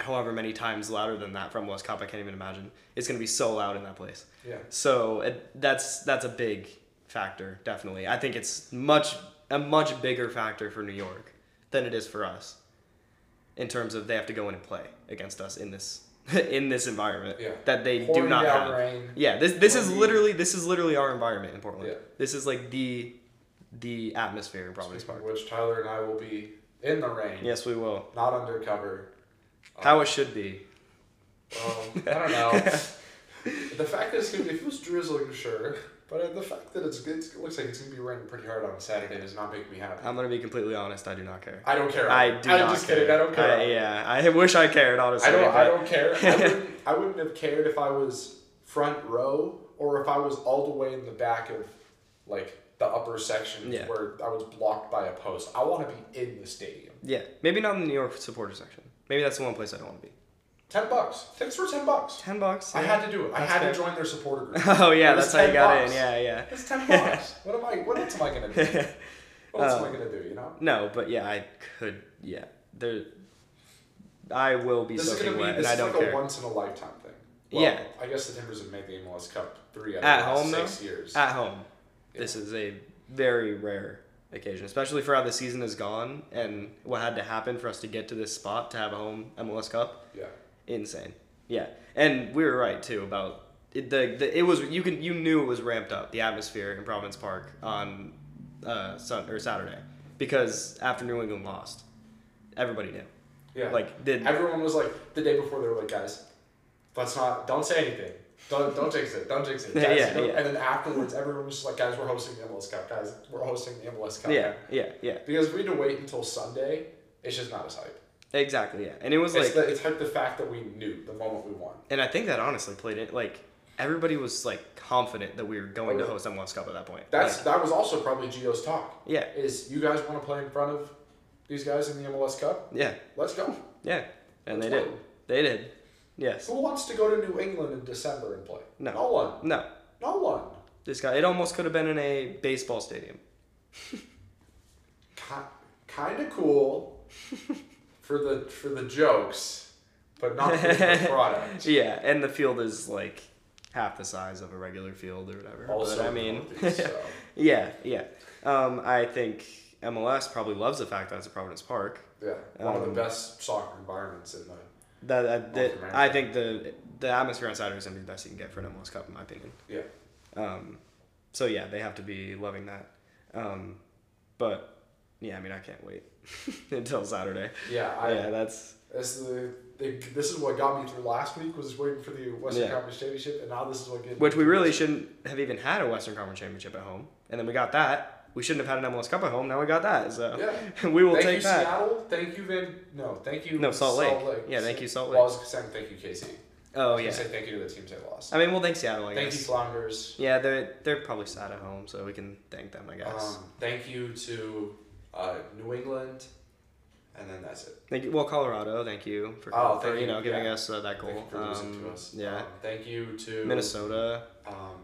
[SPEAKER 2] however many times louder than that from West Cup. I can't even imagine. It's gonna be so loud in that place.
[SPEAKER 1] Yeah.
[SPEAKER 2] So it, that's that's a big factor, definitely. I think it's much a much bigger factor for New York than it is for us, in terms of they have to go in and play against us in this in this environment
[SPEAKER 1] Yeah.
[SPEAKER 2] that they do
[SPEAKER 1] Pouring
[SPEAKER 2] not
[SPEAKER 1] down
[SPEAKER 2] have.
[SPEAKER 1] rain.
[SPEAKER 2] Yeah, this this is
[SPEAKER 1] Pouring-
[SPEAKER 2] literally this is literally our environment in Portland.
[SPEAKER 1] Yeah.
[SPEAKER 2] This is like the the atmosphere in Providence
[SPEAKER 1] Speaking of
[SPEAKER 2] Park.
[SPEAKER 1] which Tyler and I will be in the rain,
[SPEAKER 2] Yes, we will.
[SPEAKER 1] not undercover. Uh,
[SPEAKER 2] How it should be.
[SPEAKER 1] Well, I don't know. the fact that it's gonna be, if it was drizzling, sure, but uh, the fact that it's, it's it looks like it's gonna be raining pretty hard on Saturday does not make me happy.
[SPEAKER 2] I'm gonna be completely honest. I do not care.
[SPEAKER 1] I don't care.
[SPEAKER 2] Um, I do
[SPEAKER 1] I'm
[SPEAKER 2] not
[SPEAKER 1] just
[SPEAKER 2] care.
[SPEAKER 1] kidding. I don't care.
[SPEAKER 2] I- yeah, I wish I cared. Honestly,
[SPEAKER 1] I don't.
[SPEAKER 2] but-
[SPEAKER 1] I don't care. I wouldn't, I wouldn't have cared if I was front row or if I was all the way in the back of like the upper section
[SPEAKER 2] Yeah.
[SPEAKER 1] where I was blocked by a post. I want to be in the stadium.
[SPEAKER 2] Yeah, maybe not in the New York supporter section. Maybe that's the one place I don't want to be.
[SPEAKER 1] Ten bucks. Tickets were ten bucks.
[SPEAKER 2] Ten bucks.
[SPEAKER 1] I
[SPEAKER 2] yeah.
[SPEAKER 1] had to do it. I
[SPEAKER 2] That's
[SPEAKER 1] had
[SPEAKER 2] fair.
[SPEAKER 1] to join their supporter group.
[SPEAKER 2] Oh yeah,
[SPEAKER 1] It was
[SPEAKER 2] that's how you
[SPEAKER 1] 10
[SPEAKER 2] got
[SPEAKER 1] bucks.
[SPEAKER 2] in. Yeah,
[SPEAKER 1] It's ten bucks. what am I? What else am I gonna do?
[SPEAKER 2] yeah.
[SPEAKER 1] What else am
[SPEAKER 2] Uh,
[SPEAKER 1] I gonna do? You know.
[SPEAKER 2] no, but yeah, I could. Yeah, there. I will be
[SPEAKER 1] This is
[SPEAKER 2] soaking
[SPEAKER 1] gonna
[SPEAKER 2] wet,
[SPEAKER 1] be.
[SPEAKER 2] and
[SPEAKER 1] This
[SPEAKER 2] I
[SPEAKER 1] is
[SPEAKER 2] don't
[SPEAKER 1] like a
[SPEAKER 2] care.
[SPEAKER 1] once in a lifetime thing.
[SPEAKER 2] Yeah.
[SPEAKER 1] I guess the Timbers have made the MLS Cup three out of
[SPEAKER 2] At
[SPEAKER 1] the last
[SPEAKER 2] home,
[SPEAKER 1] six
[SPEAKER 2] though?
[SPEAKER 1] years.
[SPEAKER 2] At home, this is a very rare occasion, especially for how the season has gone and what had to happen for us to get to this spot to have a home MLS Cup.
[SPEAKER 1] yeah.
[SPEAKER 2] insane. Yeah, and we were right too about it, the, the it was you can you knew it was ramped up the atmosphere in Providence Park on uh, sun or Saturday because after New England lost, everybody knew.
[SPEAKER 1] Yeah.
[SPEAKER 2] Like did
[SPEAKER 1] Everyone was like the day before they were like, guys, let's not don't say anything. Don't don't jinx it. Don't jinx it. Guys,
[SPEAKER 2] Yeah,
[SPEAKER 1] don't-"
[SPEAKER 2] yeah.
[SPEAKER 1] And then afterwards everyone was just like, guys, we're hosting the MLS Cup, guys. We're hosting the MLS Cup.
[SPEAKER 2] yeah yeah yeah
[SPEAKER 1] Because if we had to wait until Sunday, it's just not as hype.
[SPEAKER 2] exactly yeah and it was
[SPEAKER 1] It's,
[SPEAKER 2] like
[SPEAKER 1] the, it's hype the fact that we knew the moment we won.
[SPEAKER 2] and I think that honestly played it like everybody was like confident that we were going to
[SPEAKER 1] Oh, yeah.
[SPEAKER 2] host MLS Cup at that point.
[SPEAKER 1] That's
[SPEAKER 2] Like,
[SPEAKER 1] that was also probably Gio's talk.
[SPEAKER 2] yeah
[SPEAKER 1] Is you guys want to play in front of these guys in the MLS Cup?
[SPEAKER 2] yeah
[SPEAKER 1] Let's go.
[SPEAKER 2] yeah and they
[SPEAKER 1] Let's
[SPEAKER 2] did
[SPEAKER 1] play.
[SPEAKER 2] they did yes
[SPEAKER 1] Who wants to go to New England in December and play?
[SPEAKER 2] No.
[SPEAKER 1] No one.
[SPEAKER 2] no
[SPEAKER 1] No one.
[SPEAKER 2] this guy it almost could have been in a baseball stadium.
[SPEAKER 1] kind of cool for the for the jokes, but not for the product.
[SPEAKER 2] Yeah, and the field is like half the size of a regular field or whatever. but I mean,
[SPEAKER 1] Northeast, so.
[SPEAKER 2] yeah, yeah. Um, I think MLS probably loves the fact that it's at Providence Park.
[SPEAKER 1] Yeah, one of
[SPEAKER 2] Um,
[SPEAKER 1] the best soccer environments in the.
[SPEAKER 2] That, that,
[SPEAKER 1] North
[SPEAKER 2] that-
[SPEAKER 1] America.
[SPEAKER 2] I think the the atmosphere on Saturday is gonna be the best you can get for an MLS Cup, in my opinion.
[SPEAKER 1] Yeah.
[SPEAKER 2] Um, so yeah, they have to be loving that. Um, but yeah, I mean, I can't wait until Saturday.
[SPEAKER 1] Yeah, I,
[SPEAKER 2] yeah, that's
[SPEAKER 1] This is the, the this is what got me through last week was waiting for the Western
[SPEAKER 2] Yeah.
[SPEAKER 1] Conference Championship, and now this is what gets
[SPEAKER 2] which we really shouldn't have even had a Western Conference championship at home, and then we got that. We shouldn't have had an MLS Cup at home. Now we got that. So
[SPEAKER 1] Yeah.
[SPEAKER 2] we will
[SPEAKER 1] thank
[SPEAKER 2] take
[SPEAKER 1] you
[SPEAKER 2] that.
[SPEAKER 1] Seattle. Thank you Van. No, thank you.
[SPEAKER 2] No, Salt Lake. Yeah, thank you, Salt
[SPEAKER 1] Well, I was saying thank you KC. I
[SPEAKER 2] Oh
[SPEAKER 1] was gonna
[SPEAKER 2] yeah. Oh,
[SPEAKER 1] Say thank you to the teams I lost.
[SPEAKER 2] I mean, we'll thank Seattle. I
[SPEAKER 1] thank you
[SPEAKER 2] guess.
[SPEAKER 1] Flounders.
[SPEAKER 2] Yeah, they're they're probably sad at home, so we can thank them. I guess.
[SPEAKER 1] Um, thank you to uh, New England, and then that's it.
[SPEAKER 2] Thank you. Well, Colorado, thank you for,
[SPEAKER 1] Oh,
[SPEAKER 2] for
[SPEAKER 1] thank
[SPEAKER 2] you
[SPEAKER 1] you.
[SPEAKER 2] know giving
[SPEAKER 1] Yeah.
[SPEAKER 2] us uh,
[SPEAKER 1] Thank
[SPEAKER 2] that goal.
[SPEAKER 1] you for losing to
[SPEAKER 2] Um,
[SPEAKER 1] us.
[SPEAKER 2] Yeah,
[SPEAKER 1] Um, thank you to
[SPEAKER 2] Minnesota.
[SPEAKER 1] Um,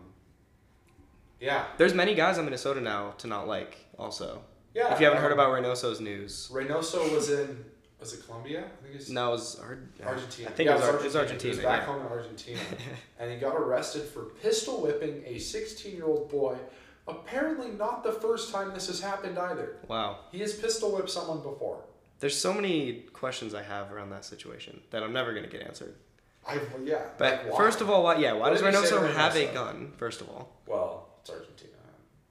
[SPEAKER 1] yeah,
[SPEAKER 2] There's many guys on Minnesota now to not like. Also,
[SPEAKER 1] yeah.
[SPEAKER 2] if you haven't heard
[SPEAKER 1] um,
[SPEAKER 2] about Reynoso's news,
[SPEAKER 1] Reynoso was in was it Colombia? I think it's
[SPEAKER 2] no, it was Ar-
[SPEAKER 1] Argentina.
[SPEAKER 2] I think
[SPEAKER 1] Yeah,
[SPEAKER 2] it was, Ar- it was
[SPEAKER 1] He
[SPEAKER 2] Argentina.
[SPEAKER 1] was back home in Argentina, and he got arrested for pistol whipping a 16 year old boy. Apparently, not the first time this has happened either.
[SPEAKER 2] yeah. Wow.
[SPEAKER 1] He has pistol whipped someone before.
[SPEAKER 2] There's so many questions I have around that situation that I'm never gonna get answered.
[SPEAKER 1] I yeah.
[SPEAKER 2] But
[SPEAKER 1] like, why?
[SPEAKER 2] first of all, why? Yeah, why
[SPEAKER 1] What
[SPEAKER 2] does
[SPEAKER 1] did they say to
[SPEAKER 2] Reynoso have a
[SPEAKER 1] Reynoso?
[SPEAKER 2] gun? First of all,
[SPEAKER 1] well, it's Argentina.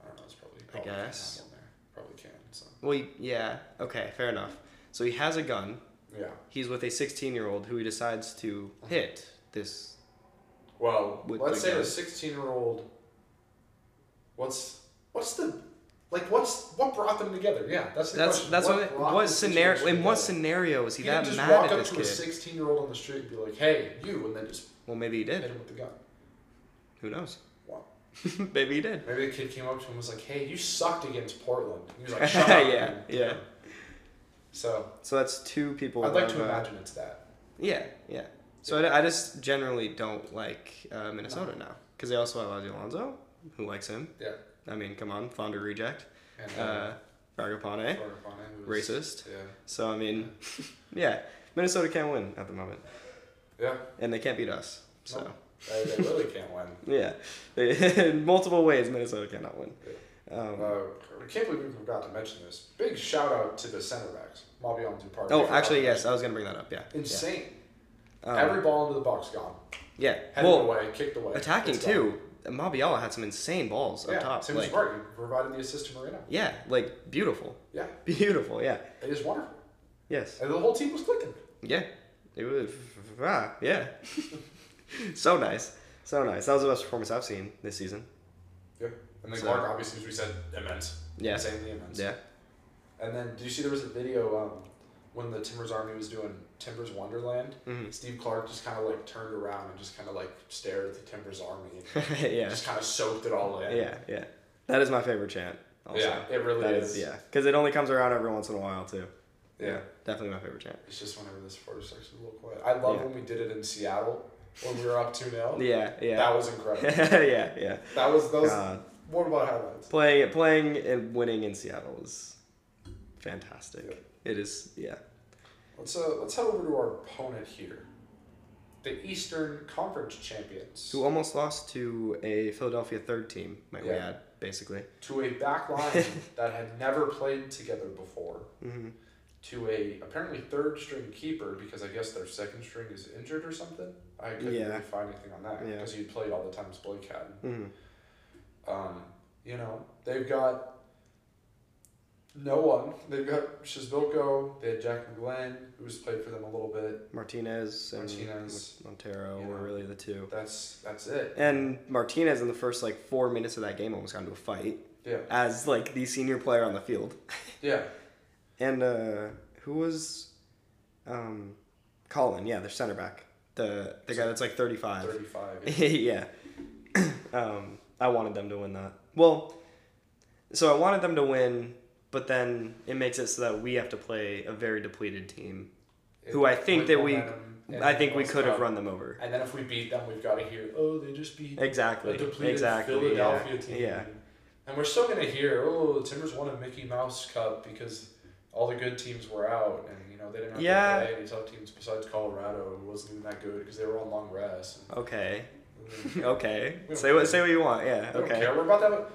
[SPEAKER 1] I don't know. It's probably. probably can't
[SPEAKER 2] guess.
[SPEAKER 1] have one there. Probably can. So
[SPEAKER 2] well, he- yeah, okay, fair enough. So he has a gun.
[SPEAKER 1] yeah.
[SPEAKER 2] He's with a 16-year-old who he decides to hit. This
[SPEAKER 1] Well,
[SPEAKER 2] With
[SPEAKER 1] let's
[SPEAKER 2] the
[SPEAKER 1] say
[SPEAKER 2] gun.
[SPEAKER 1] the 16 year old. What's what's the like what's what brought them together? Yeah, that's the
[SPEAKER 2] That's
[SPEAKER 1] question.
[SPEAKER 2] that's what
[SPEAKER 1] brought
[SPEAKER 2] what, what
[SPEAKER 1] the
[SPEAKER 2] scenario
[SPEAKER 1] situation
[SPEAKER 2] in what
[SPEAKER 1] together?
[SPEAKER 2] scenario is he,
[SPEAKER 1] He
[SPEAKER 2] that
[SPEAKER 1] didn't just
[SPEAKER 2] mad
[SPEAKER 1] walk
[SPEAKER 2] at
[SPEAKER 1] up
[SPEAKER 2] this
[SPEAKER 1] to
[SPEAKER 2] kid?
[SPEAKER 1] a 16 year old on the street and be like, hey, you, and then just
[SPEAKER 2] Well, maybe he
[SPEAKER 1] hit
[SPEAKER 2] did.
[SPEAKER 1] him with the gun.
[SPEAKER 2] Who knows?
[SPEAKER 1] Wow.
[SPEAKER 2] maybe he did.
[SPEAKER 1] Maybe the kid came up to him and was like, hey, you sucked against Portland. He was like, shut up.
[SPEAKER 2] Yeah,
[SPEAKER 1] man."
[SPEAKER 2] yeah.
[SPEAKER 1] So
[SPEAKER 2] So that's two people.
[SPEAKER 1] I'd like to
[SPEAKER 2] that, uh,
[SPEAKER 1] imagine it's that.
[SPEAKER 2] Yeah, yeah. So I d- I, just generally don't like uh, Minnesota now because they also have Ozzy Alonso, who likes him.
[SPEAKER 1] Yeah.
[SPEAKER 2] I mean, come on, Fonder reject,
[SPEAKER 1] And
[SPEAKER 2] uh,
[SPEAKER 1] uh, Farfana,
[SPEAKER 2] Fragapane,
[SPEAKER 1] who was-
[SPEAKER 2] racist.
[SPEAKER 1] Yeah.
[SPEAKER 2] So I mean, yeah, Minnesota can't win at the moment,
[SPEAKER 1] Yeah.
[SPEAKER 2] and they can't beat us. So.
[SPEAKER 1] Nope. They, they really can't win.
[SPEAKER 2] Yeah, in multiple ways, Minnesota cannot win. Um,
[SPEAKER 1] Uh, I can't believe we forgot to mention this. Big shout out to the center backs, Mabion Dupar.
[SPEAKER 2] oh, actually, yes, I was gonna bring that up. Yeah,
[SPEAKER 1] uh, Insane.
[SPEAKER 2] Yeah. Um,
[SPEAKER 1] Every ball into the box gone.
[SPEAKER 2] yeah.
[SPEAKER 1] Headed
[SPEAKER 2] Well,
[SPEAKER 1] away, kicked away.
[SPEAKER 2] attacking
[SPEAKER 1] it's gone.
[SPEAKER 2] too. Mabiala had some insane balls
[SPEAKER 1] Yeah,
[SPEAKER 2] up top.
[SPEAKER 1] Tim
[SPEAKER 2] like,
[SPEAKER 1] Spartan provided the assist to Marino.
[SPEAKER 2] yeah, like beautiful,
[SPEAKER 1] Yeah,
[SPEAKER 2] beautiful. Yeah,
[SPEAKER 1] it is wonderful.
[SPEAKER 2] yes,
[SPEAKER 1] And the whole team was clicking.
[SPEAKER 2] yeah. It was ah, yeah. so nice, so nice. That was the best performance I've seen this season.
[SPEAKER 1] Yeah. And then
[SPEAKER 2] So-
[SPEAKER 1] Clark, obviously, as we said, immense.
[SPEAKER 2] Yeah.
[SPEAKER 1] Insanely immense.
[SPEAKER 2] Yeah,
[SPEAKER 1] And then, do you see there was a video um, when the Timbers Army was doing Timbers Wonderland?
[SPEAKER 2] Mhm.
[SPEAKER 1] Steve Clark just kind of like turned around and just kind of like stared at the Timbers Army and
[SPEAKER 2] yeah,
[SPEAKER 1] just kind of soaked it all in.
[SPEAKER 2] yeah, yeah. That is my favorite chant. Also.
[SPEAKER 1] Yeah, it really
[SPEAKER 2] That
[SPEAKER 1] is.
[SPEAKER 2] is, yeah, because it only comes around every once in a while too.
[SPEAKER 1] Yeah.
[SPEAKER 2] definitely my favorite chant.
[SPEAKER 1] It's just whenever this photo section is a little quiet. I love
[SPEAKER 2] Yeah.
[SPEAKER 1] when we did it in Seattle when we were up 2 0.
[SPEAKER 2] Yeah, yeah,
[SPEAKER 1] That was incredible.
[SPEAKER 2] yeah, yeah.
[SPEAKER 1] that was those.
[SPEAKER 2] God.
[SPEAKER 1] What about highlights?
[SPEAKER 2] Playing, playing, and winning in Seattle is fantastic. It is, yeah.
[SPEAKER 1] Let's uh, let's head over to our opponent here, the Eastern Conference champions,
[SPEAKER 2] Who almost lost to a Philadelphia third team, might we
[SPEAKER 1] Yeah.
[SPEAKER 2] add, basically.
[SPEAKER 1] to a back line that had never played together before,
[SPEAKER 2] hmm
[SPEAKER 1] to a apparently third string keeper because I guess their second string is injured or something. I couldn't
[SPEAKER 2] Yeah.
[SPEAKER 1] really find anything on that
[SPEAKER 2] Yeah.
[SPEAKER 1] because he played all the times Blake had.
[SPEAKER 2] hmm
[SPEAKER 1] Um, you know, they've got no one. They've got Shizbilko, they had Jack McGlenn, who's played for them a little bit.
[SPEAKER 2] Martinez and
[SPEAKER 1] Martinez.
[SPEAKER 2] Montero
[SPEAKER 1] You
[SPEAKER 2] were
[SPEAKER 1] know.
[SPEAKER 2] really the two.
[SPEAKER 1] That's that's it.
[SPEAKER 2] And Martinez in the first like four minutes of that game almost got into a fight
[SPEAKER 1] Yeah.
[SPEAKER 2] as like the senior player on the field.
[SPEAKER 1] Yeah.
[SPEAKER 2] And uh, who was um, Colin? Yeah, their center back, the the guy that's like thirty five.
[SPEAKER 1] Thirty five.
[SPEAKER 2] yeah. um, I wanted them to win that. Well, so I wanted them to win, but then it makes it so that we have to play a very depleted team. Who I think that we- I think we could have run them over.
[SPEAKER 1] And then if we beat them, we've got to hear, oh, they just beat
[SPEAKER 2] Exactly.
[SPEAKER 1] a depleted
[SPEAKER 2] exactly.
[SPEAKER 1] Philadelphia
[SPEAKER 2] yeah.
[SPEAKER 1] team.
[SPEAKER 2] Yeah.
[SPEAKER 1] And we're still gonna hear, oh, the Timbers won a Mickey Mouse Cup because all the good teams were out, and you know they didn't have
[SPEAKER 2] Yeah.
[SPEAKER 1] to play any tough teams besides Colorado, who wasn't even that good because they were on long rest.
[SPEAKER 2] Okay.
[SPEAKER 1] And,
[SPEAKER 2] okay.
[SPEAKER 1] We don't
[SPEAKER 2] Say what
[SPEAKER 1] care.
[SPEAKER 2] say what you want. Yeah.
[SPEAKER 1] I don't
[SPEAKER 2] Okay.
[SPEAKER 1] care. We're about to. Have a,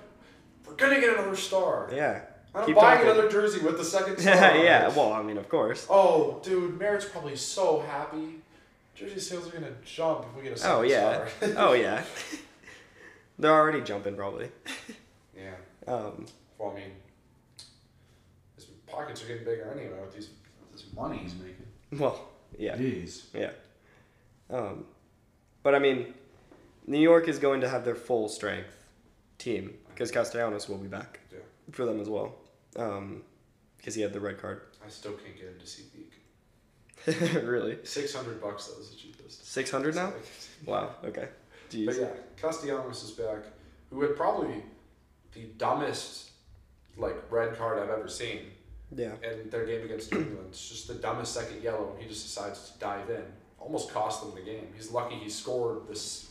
[SPEAKER 1] we're gonna get another star.
[SPEAKER 2] Yeah.
[SPEAKER 1] I'm
[SPEAKER 2] Keep
[SPEAKER 1] buying
[SPEAKER 2] talking.
[SPEAKER 1] another jersey with the second star.
[SPEAKER 2] yeah,
[SPEAKER 1] on it.
[SPEAKER 2] yeah. Well, I mean, of course.
[SPEAKER 1] Oh, dude, Merritt's probably so happy. Jersey sales are gonna jump if we get a second
[SPEAKER 2] Oh yeah.
[SPEAKER 1] star.
[SPEAKER 2] oh yeah. They're already jumping probably.
[SPEAKER 1] yeah.
[SPEAKER 2] Um,
[SPEAKER 1] Well, I mean, his pockets are getting bigger anyway with these with this money he's making.
[SPEAKER 2] well, yeah,
[SPEAKER 1] Jeez.
[SPEAKER 2] yeah. Um, but I mean, New York is going to have their full strength team because Castellanos will be back
[SPEAKER 1] Yeah.
[SPEAKER 2] for them as well. Um, because he had the red card.
[SPEAKER 1] I still can't get him to see Peak.
[SPEAKER 2] really,
[SPEAKER 1] Six hundred bucks though is the cheapest.
[SPEAKER 2] six hundred now.
[SPEAKER 1] It's like-
[SPEAKER 2] Wow. Okay.
[SPEAKER 1] But
[SPEAKER 2] Jeez.
[SPEAKER 1] yeah, Castellanos is back, who had probably the dumbest like red card I've ever seen
[SPEAKER 2] Yeah.
[SPEAKER 1] in their game against New England. It's just the dumbest second yellow, and he just decides to dive in. Almost cost them the game. He's lucky he scored this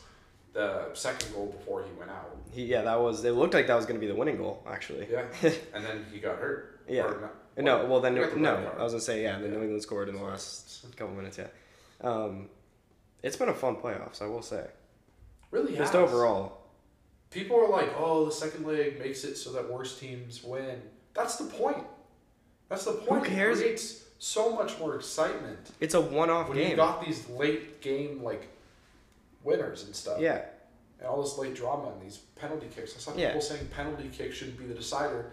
[SPEAKER 1] the second goal before he went out.
[SPEAKER 2] He, yeah, that was. It looked like that was going to be the winning goal, actually.
[SPEAKER 1] Yeah, and then he got hurt.
[SPEAKER 2] Yeah. Uh,
[SPEAKER 1] Or not-
[SPEAKER 2] No, well then
[SPEAKER 1] He
[SPEAKER 2] no,
[SPEAKER 1] got the red card.
[SPEAKER 2] I was gonna say yeah. The
[SPEAKER 1] Yeah.
[SPEAKER 2] New England scored in the last couple minutes. Yeah, um, it's been a fun playoffs. I will say,
[SPEAKER 1] really
[SPEAKER 2] just
[SPEAKER 1] has.
[SPEAKER 2] overall.
[SPEAKER 1] People are like, oh, the second leg makes it so that worse teams win. That's the point. That's the point.
[SPEAKER 2] cares?
[SPEAKER 1] It creates so much more excitement
[SPEAKER 2] It's a one-off
[SPEAKER 1] when you
[SPEAKER 2] game.
[SPEAKER 1] got these late game like winners and stuff.
[SPEAKER 2] yeah,
[SPEAKER 1] And all this late drama and these penalty kicks. I saw
[SPEAKER 2] Yeah.
[SPEAKER 1] people saying penalty kicks shouldn't be the decider.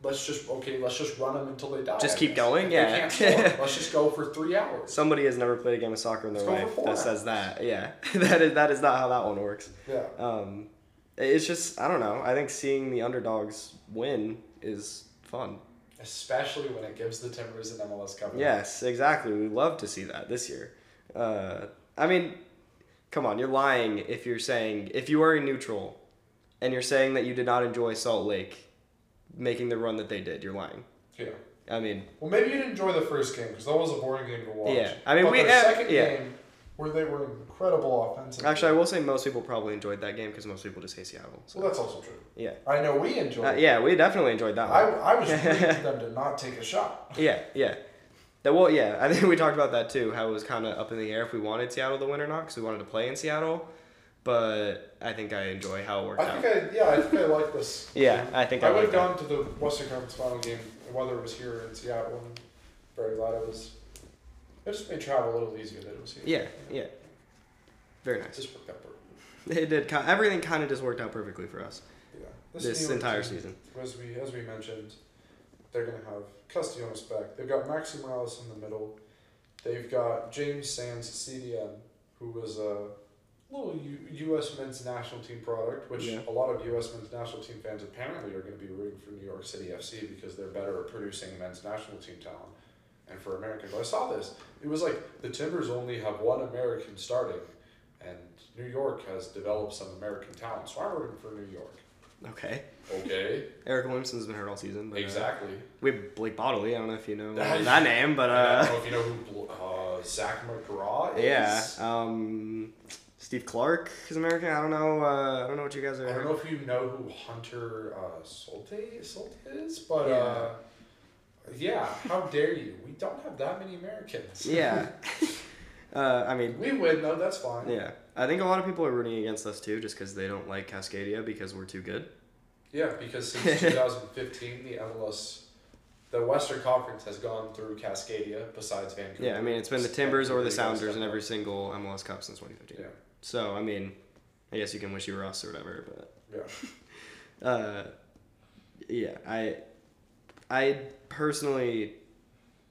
[SPEAKER 1] Let's just okay. Let's just run them until they die.
[SPEAKER 2] Just
[SPEAKER 1] I
[SPEAKER 2] keep
[SPEAKER 1] guess.
[SPEAKER 2] going?
[SPEAKER 1] If they
[SPEAKER 2] Yeah.
[SPEAKER 1] can't score, let's just go for three hours.
[SPEAKER 2] somebody has never played a game of soccer in their
[SPEAKER 1] Let's go
[SPEAKER 2] life
[SPEAKER 1] for four
[SPEAKER 2] that says that. Yeah, that is that is not how that one works.
[SPEAKER 1] Yeah.
[SPEAKER 2] Um, it's just I don't know. I think seeing the underdogs win is fun.
[SPEAKER 1] Especially when it gives the Timbers an MLS cover.
[SPEAKER 2] Yes, exactly. We love to see that this year. Uh, I mean, come on, you're lying if you're saying if you are a neutral and you're saying that you did not enjoy Salt Lake making the run that they did. You're lying.
[SPEAKER 1] Yeah.
[SPEAKER 2] I mean,
[SPEAKER 1] Well, maybe you didn't enjoy the first game because that was a boring game to watch.
[SPEAKER 2] Yeah. I mean,
[SPEAKER 1] but
[SPEAKER 2] we-
[SPEAKER 1] their
[SPEAKER 2] eh,
[SPEAKER 1] second
[SPEAKER 2] yeah.
[SPEAKER 1] game where they were incredible offensively.
[SPEAKER 2] actually, I will say most people probably enjoyed that game because most people just hate Seattle. So.
[SPEAKER 1] well, that's also true.
[SPEAKER 2] Yeah,
[SPEAKER 1] I know we enjoyed.
[SPEAKER 2] Uh,
[SPEAKER 1] it.
[SPEAKER 2] yeah, we definitely enjoyed that
[SPEAKER 1] I,
[SPEAKER 2] one.
[SPEAKER 1] I was rooting for them to not take a shot.
[SPEAKER 2] Yeah, yeah. That well, yeah. I think we talked about that too. How it was kind of up in the air if we wanted Seattle to win or not because we wanted to play in Seattle. But I think I enjoy how it worked
[SPEAKER 1] I
[SPEAKER 2] out.
[SPEAKER 1] think I yeah I think I like this.
[SPEAKER 2] yeah, I think I,
[SPEAKER 1] I would have
[SPEAKER 2] like
[SPEAKER 1] gone
[SPEAKER 2] that.
[SPEAKER 1] to the Western Conference Final game, whether it was here or in Seattle. And very glad I was. It just made travel a little easier that it was here.
[SPEAKER 2] Yeah, yeah. Very
[SPEAKER 1] It
[SPEAKER 2] nice.
[SPEAKER 1] just worked out perfect.
[SPEAKER 2] It did. ki- Everything kind of just worked out perfectly for us
[SPEAKER 1] Yeah.
[SPEAKER 2] this,
[SPEAKER 1] New York
[SPEAKER 2] entire
[SPEAKER 1] team-
[SPEAKER 2] season.
[SPEAKER 1] as we as we mentioned, they're gonna have Castellanos back. They've got Maxi Morales in the middle. They've got James Sands CDM, who was a little U- U.S. men's national team product, which
[SPEAKER 2] Yeah.
[SPEAKER 1] a lot of U.S. men's national team fans apparently are going to be rooting for New York City FC because they're better at producing men's national team talent. And for Americans, I saw this. It was like the Timbers only have one American starting, and New York has developed some American talent. So I'm rooting for New York.
[SPEAKER 2] Okay.
[SPEAKER 1] Okay.
[SPEAKER 2] Eric Williamson's been hurt all season. But, uh,
[SPEAKER 1] Exactly.
[SPEAKER 2] we have Blake Bodley. I don't know if you know
[SPEAKER 1] That-
[SPEAKER 2] that name, but
[SPEAKER 1] I don't
[SPEAKER 2] uh,
[SPEAKER 1] know if you know who Bl- uh, Zach McGraw is.
[SPEAKER 2] yeah. Um, Steve Clark is American. I don't know. Uh, I don't know what you guys
[SPEAKER 1] I
[SPEAKER 2] are.
[SPEAKER 1] don't know if you know who Hunter uh, Solte, Solte is, but
[SPEAKER 2] Yeah.
[SPEAKER 1] uh, yeah, how dare you? We don't have that many Americans.
[SPEAKER 2] Yeah. uh, I mean,
[SPEAKER 1] we win, though, that's fine.
[SPEAKER 2] yeah. I think a lot of people are rooting against us too, just because they don't like Cascadia because we're too good.
[SPEAKER 1] Yeah, because since 2015, the MLS, the Western Conference has gone through Cascadia besides Vancouver.
[SPEAKER 2] Yeah, I mean, it's been the Timbers or
[SPEAKER 1] Vancouver
[SPEAKER 2] the
[SPEAKER 1] goes
[SPEAKER 2] Sounders in
[SPEAKER 1] down.
[SPEAKER 2] every single MLS Cup since 2015.
[SPEAKER 1] Yeah,
[SPEAKER 2] So I mean, I guess you can wish you were us or whatever,
[SPEAKER 1] yeah.
[SPEAKER 2] but uh, yeah, I I personally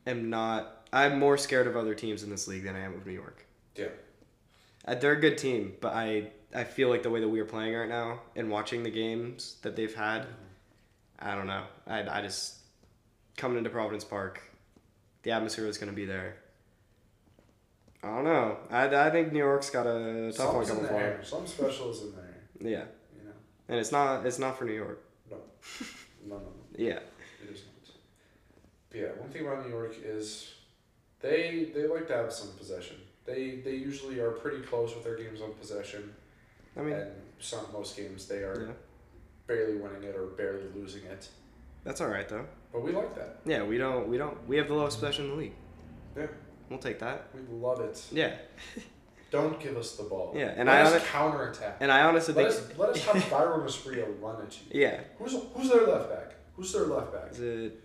[SPEAKER 2] am not. I'm more scared of other teams in this league than I am of New York.
[SPEAKER 1] Yeah.
[SPEAKER 2] Uh, they're a good team, but I I feel like the way that we are playing right now and watching the games that they've had, I don't know. I I just coming into Providence Park, the atmosphere is going to be there. I don't know. I, I think New York's got a tough one
[SPEAKER 1] Something's in
[SPEAKER 2] coming
[SPEAKER 1] the
[SPEAKER 2] for 'em.
[SPEAKER 1] air. Some special is in there,
[SPEAKER 2] Yeah,
[SPEAKER 1] you know?
[SPEAKER 2] and it's not it's not for New York.
[SPEAKER 1] No, no, no.
[SPEAKER 2] Yeah,
[SPEAKER 1] It is not. But yeah, one thing about New York is they they like to have some possession. They they usually are pretty close with their games on possession,
[SPEAKER 2] I mean,
[SPEAKER 1] and some most games they are
[SPEAKER 2] yeah,
[SPEAKER 1] barely winning it or barely losing it.
[SPEAKER 2] that's all right though.
[SPEAKER 1] But we like that.
[SPEAKER 2] Yeah, we don't we don't we have the lowest possession in the league.
[SPEAKER 1] Yeah.
[SPEAKER 2] we'll take that.
[SPEAKER 1] We love it.
[SPEAKER 2] Yeah,
[SPEAKER 1] Don't give us the ball.
[SPEAKER 2] Yeah, and
[SPEAKER 1] let
[SPEAKER 2] I
[SPEAKER 1] us
[SPEAKER 2] honest-
[SPEAKER 1] counterattack.
[SPEAKER 2] and I honestly
[SPEAKER 1] let
[SPEAKER 2] think
[SPEAKER 1] us let us have Byron Esprio run at you.
[SPEAKER 2] yeah
[SPEAKER 1] Who's who's their left back? Who's their left back?
[SPEAKER 2] Is it?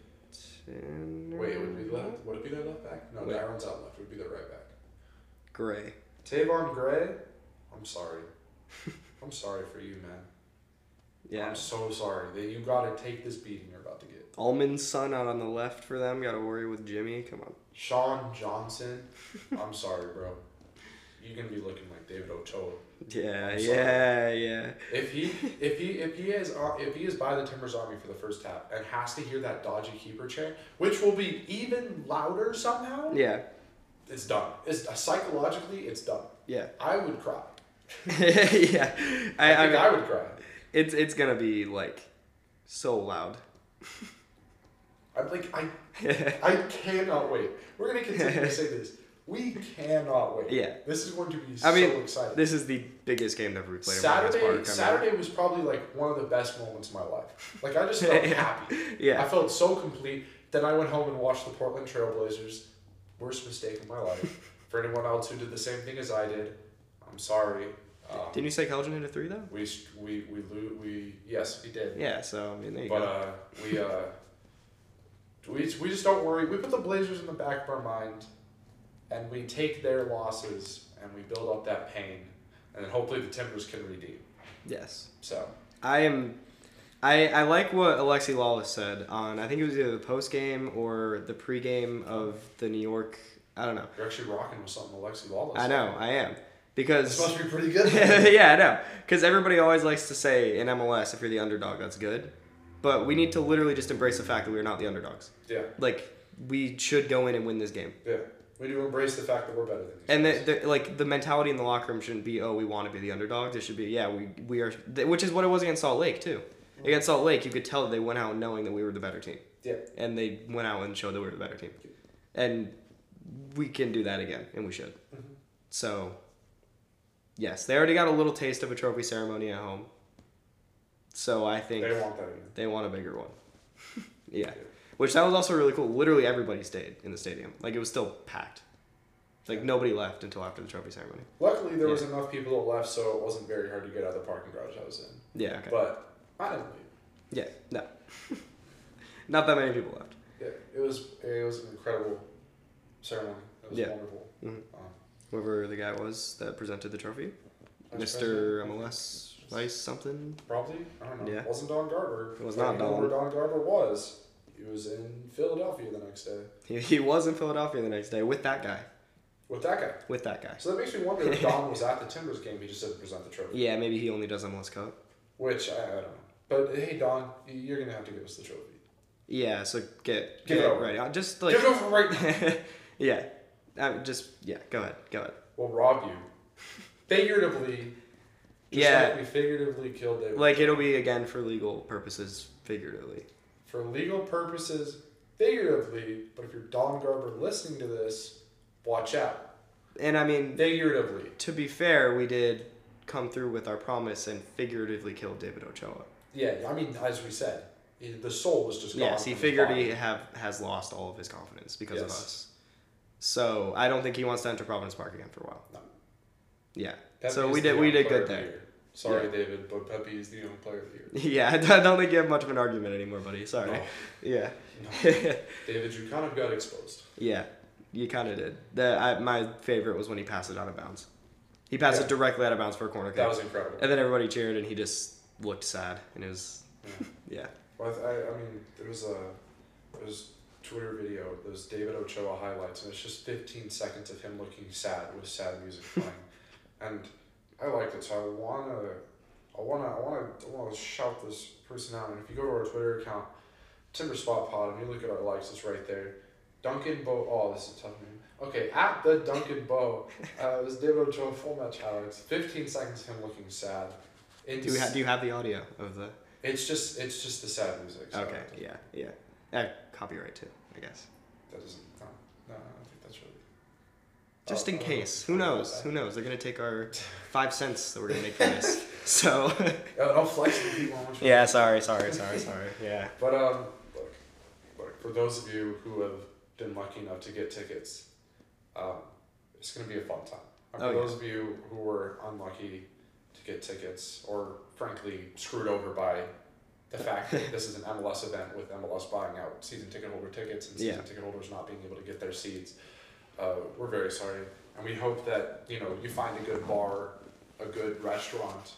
[SPEAKER 1] Wait, it would be left. Would it be their left back? No,
[SPEAKER 2] Wait.
[SPEAKER 1] Darren's out left. It would be their right back.
[SPEAKER 2] Gray.
[SPEAKER 1] Tavon Gray. I'm sorry. I'm sorry for you, man.
[SPEAKER 2] Yeah.
[SPEAKER 1] I'm so sorry that you got to take this beating you're about to get.
[SPEAKER 2] Almond's son out on the left for them. Got to worry with Jimmy. Come on.
[SPEAKER 1] Sean Johnson. I'm sorry, bro. You're gonna be looking like David Ochoa.
[SPEAKER 2] Yeah,
[SPEAKER 1] I'm sorry.
[SPEAKER 2] yeah, yeah.
[SPEAKER 1] If he, if he, if he is, on- if he is by the Timbers Army for the first tap and has to hear that dodgy keeper chant, which will be even louder somehow,
[SPEAKER 2] Yeah,
[SPEAKER 1] it's done. It's uh, psychologically, it's done.
[SPEAKER 2] yeah.
[SPEAKER 1] I would cry.
[SPEAKER 2] yeah. I,
[SPEAKER 1] I,
[SPEAKER 2] I,
[SPEAKER 1] think
[SPEAKER 2] mean,
[SPEAKER 1] I would cry.
[SPEAKER 2] it's it's gonna be like so loud.
[SPEAKER 1] I'm like, I, I cannot wait. We're gonna continue to say this. We cannot wait.
[SPEAKER 2] Yeah.
[SPEAKER 1] This is going to be
[SPEAKER 2] I
[SPEAKER 1] so
[SPEAKER 2] mean,
[SPEAKER 1] exciting.
[SPEAKER 2] this is the biggest game that we played. in Marcus Park. I
[SPEAKER 1] Saturday,
[SPEAKER 2] mean,
[SPEAKER 1] Saturday was probably like one of the best moments of my life. Like I just felt happy. I
[SPEAKER 2] Yeah,
[SPEAKER 1] felt so complete. Then I went home and watched the Portland Trailblazers. Worst mistake of my life. For anyone else who did the same thing as I did, I'm sorry. Um,
[SPEAKER 2] didn't you say Kelvin hit a three though?
[SPEAKER 1] we st- we we lo- we yes we did.
[SPEAKER 2] Yeah. So I mean, there you
[SPEAKER 1] But
[SPEAKER 2] go.
[SPEAKER 1] uh, we uh, we we just don't worry. We put the Blazers in the back of our mind, and we take their losses and we build up that pain, and then hopefully the Timbers can redeem.
[SPEAKER 2] Yes,
[SPEAKER 1] So
[SPEAKER 2] I am. I, I like what Alexi Lawless said on I think it was either the post game or the pregame of the New York I don't know
[SPEAKER 1] you're actually rocking with something Alexi Lawless.
[SPEAKER 2] I know I am
[SPEAKER 1] It's
[SPEAKER 2] because
[SPEAKER 1] supposed to be pretty good.
[SPEAKER 2] yeah, I know. Because everybody always likes to say in MLS, if you're the underdog, that's good. But we need to literally just embrace the fact that we are not the underdogs.
[SPEAKER 1] yeah,
[SPEAKER 2] Like, we should go in and win this game.
[SPEAKER 1] yeah. We do embrace the fact that we're better than these.
[SPEAKER 2] And
[SPEAKER 1] guys.
[SPEAKER 2] the, the, like the mentality in the locker room shouldn't be, oh, we want to be the underdogs. It should be, yeah, we we are, th- which is what it was against Salt Lake too. Against Salt Lake, you could tell they went out knowing that we were the better team,
[SPEAKER 1] yeah,
[SPEAKER 2] and they went out and showed that we were the better team. And we can do that again, and we should.
[SPEAKER 1] Mhm.
[SPEAKER 2] So, yes, they already got a little taste of a trophy ceremony at home. So I think
[SPEAKER 1] they want that again.
[SPEAKER 2] they want a bigger one. yeah.
[SPEAKER 1] Yeah.
[SPEAKER 2] Which that was also really cool. Literally everybody stayed in the stadium. Like it was still packed. Like nobody left until after the trophy ceremony.
[SPEAKER 1] Luckily, there was enough people that left, so it wasn't very hard to get out of the parking garage I was in.
[SPEAKER 2] Yeah, okay.
[SPEAKER 1] But I didn't leave.
[SPEAKER 2] yeah, no. Not that many people left.
[SPEAKER 1] Yeah, it was it was an incredible ceremony. It was
[SPEAKER 2] Yeah.
[SPEAKER 1] wonderful.
[SPEAKER 2] Mhm.
[SPEAKER 1] Um,
[SPEAKER 2] Whoever the guy was that presented the trophy,
[SPEAKER 1] Vice
[SPEAKER 2] Mr.
[SPEAKER 1] President?
[SPEAKER 2] MLS Vice something.
[SPEAKER 1] Probably. I don't know.
[SPEAKER 2] Yeah.
[SPEAKER 1] Wasn't Don Garber.
[SPEAKER 2] It was
[SPEAKER 1] I don't
[SPEAKER 2] not
[SPEAKER 1] know
[SPEAKER 2] Don.
[SPEAKER 1] Where Don Garber was. He was in Philadelphia the next day
[SPEAKER 2] He, he was in Philadelphia the next day with that guy.
[SPEAKER 1] with that guy.
[SPEAKER 2] With that guy.
[SPEAKER 1] So that makes me wonder if Don was at the Timbers game. He just didn't present the trophy,
[SPEAKER 2] Yeah, maybe he only does MLS Cup.
[SPEAKER 1] which I, I don't know. But hey, Don, you're gonna have to give us the trophy.
[SPEAKER 2] Yeah, so get
[SPEAKER 1] Give
[SPEAKER 2] get
[SPEAKER 1] it over.
[SPEAKER 2] right. out. Just like
[SPEAKER 1] give it over right now.
[SPEAKER 2] yeah, uh, just yeah. Go ahead, go ahead.
[SPEAKER 1] We'll rob you, figuratively. Just
[SPEAKER 2] Yeah.
[SPEAKER 1] Like we figuratively killed David.
[SPEAKER 2] Like it'll be again for legal purposes, figuratively.
[SPEAKER 1] for legal purposes, figuratively, but if you're Don Garber listening to this, watch out.
[SPEAKER 2] And I mean,
[SPEAKER 1] Figuratively.
[SPEAKER 2] to be fair, we did come through with our promise and figuratively kill David Ochoa.
[SPEAKER 1] Yeah, I mean, as we said, he- the soul was just gone.
[SPEAKER 2] yes, he
[SPEAKER 1] from his
[SPEAKER 2] figured
[SPEAKER 1] body.
[SPEAKER 2] he have has lost all of his confidence because of
[SPEAKER 1] Yes.
[SPEAKER 2] us. So I don't think he wants to enter Providence Park again for a while.
[SPEAKER 1] No.
[SPEAKER 2] Yeah.
[SPEAKER 1] Pepe
[SPEAKER 2] so
[SPEAKER 1] is
[SPEAKER 2] we
[SPEAKER 1] the
[SPEAKER 2] did we
[SPEAKER 1] young
[SPEAKER 2] did
[SPEAKER 1] player
[SPEAKER 2] good
[SPEAKER 1] of the
[SPEAKER 2] there.
[SPEAKER 1] year. Sorry,
[SPEAKER 2] Yeah.
[SPEAKER 1] David, but Pepe is the young player of the year.
[SPEAKER 2] Yeah, I don't think you have much of an argument anymore, buddy. Sorry. Yeah.
[SPEAKER 1] David, you kind of got exposed.
[SPEAKER 2] Yeah, you kind of did. The, I, my favorite was when he passed it out of bounds. He passed
[SPEAKER 1] Yeah.
[SPEAKER 2] it directly out of bounds for a corner kick.
[SPEAKER 1] That was incredible.
[SPEAKER 2] and then everybody cheered, and he just looked sad. And it was,
[SPEAKER 1] Yeah.
[SPEAKER 2] yeah.
[SPEAKER 1] Well, I, I mean, there was a there was Twitter video. There was David Ochoa highlights, and it's just fifteen seconds of him looking sad with sad music playing, and I liked it. So I wanna, I wanna, I wanna, I wanna shout this person out. And if you go to our Twitter account, Timber Spot Pod, and you look at our likes, it's right there. Duncan Bo. Oh, this is a tough name. Okay, at the Duncan Bo, uh, it was David Ochoa full match highlights. Fifteen seconds of him looking sad. It's,
[SPEAKER 2] Do you have Do you have the audio of the?
[SPEAKER 1] it's just it's just the sad music. so-
[SPEAKER 2] Okay. Yeah. Yeah. Uh, copyright too, I guess.
[SPEAKER 1] That doesn't. No, no, I don't think that's really.
[SPEAKER 2] Just
[SPEAKER 1] Oh,
[SPEAKER 2] in
[SPEAKER 1] I don't
[SPEAKER 2] case,
[SPEAKER 1] know.
[SPEAKER 2] who knows? Who knows? They're gonna take our five cents that we're gonna make from this. So.
[SPEAKER 1] Oh, don't flex the people on which-
[SPEAKER 2] yeah. Sorry. Sorry. Sorry. Sorry. Yeah.
[SPEAKER 1] But um, look, look for those of you who have been lucky enough to get tickets, um, it's gonna be a fun time. And for
[SPEAKER 2] Oh, yeah.
[SPEAKER 1] those of you who were unlucky to get tickets, or frankly screwed over by the fact that this is an MLS event with MLS buying out season ticket holder tickets and season
[SPEAKER 2] Yeah.
[SPEAKER 1] ticket holders not being able to get their seats. Uh, we're very sorry, and we hope that you know you find a good bar, a good restaurant,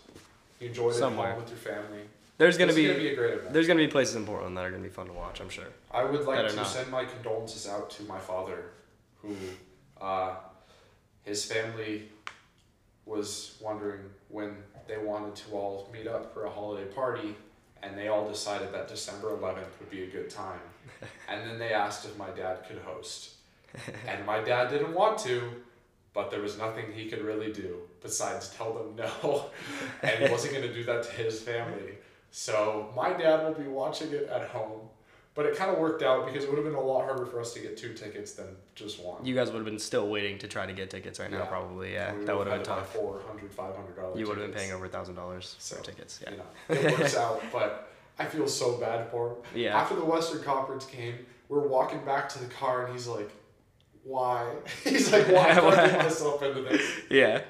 [SPEAKER 1] you enjoy it at home
[SPEAKER 2] Somewhere.
[SPEAKER 1] with your family.
[SPEAKER 2] There's gonna
[SPEAKER 1] This
[SPEAKER 2] be,
[SPEAKER 1] is gonna be a great event.
[SPEAKER 2] there's gonna be places in Portland that are gonna be fun to watch. I'm sure.
[SPEAKER 1] I would like
[SPEAKER 2] Better
[SPEAKER 1] to
[SPEAKER 2] not.
[SPEAKER 1] send my condolences out to my father, who, uh, his family was wondering when they wanted to all meet up for a holiday party, and they all decided that December 11th would be a good time. and then they asked if my dad could host. And my dad didn't want to, but there was nothing he could really do besides tell them no. and he wasn't going to do that to his family. So my dad will be watching it at home. But it kind of worked out because it would have been a lot harder for us to get two tickets than just one.
[SPEAKER 2] You guys would have been still waiting to try to get tickets right now,
[SPEAKER 1] Yeah.
[SPEAKER 2] probably. Yeah,
[SPEAKER 1] We
[SPEAKER 2] that would have been
[SPEAKER 1] had to buy
[SPEAKER 2] tough.
[SPEAKER 1] $400, $500
[SPEAKER 2] You would have been
[SPEAKER 1] tickets.
[SPEAKER 2] paying over a thousand dollars
[SPEAKER 1] So,
[SPEAKER 2] for tickets. Yeah.
[SPEAKER 1] You know, it works out, but I feel so bad for him.
[SPEAKER 2] Yeah.
[SPEAKER 1] After the Western Conference game, we're walking back to the car, and he's like, "Why?" He's like, "Why did I get myself into this?"
[SPEAKER 2] Yeah.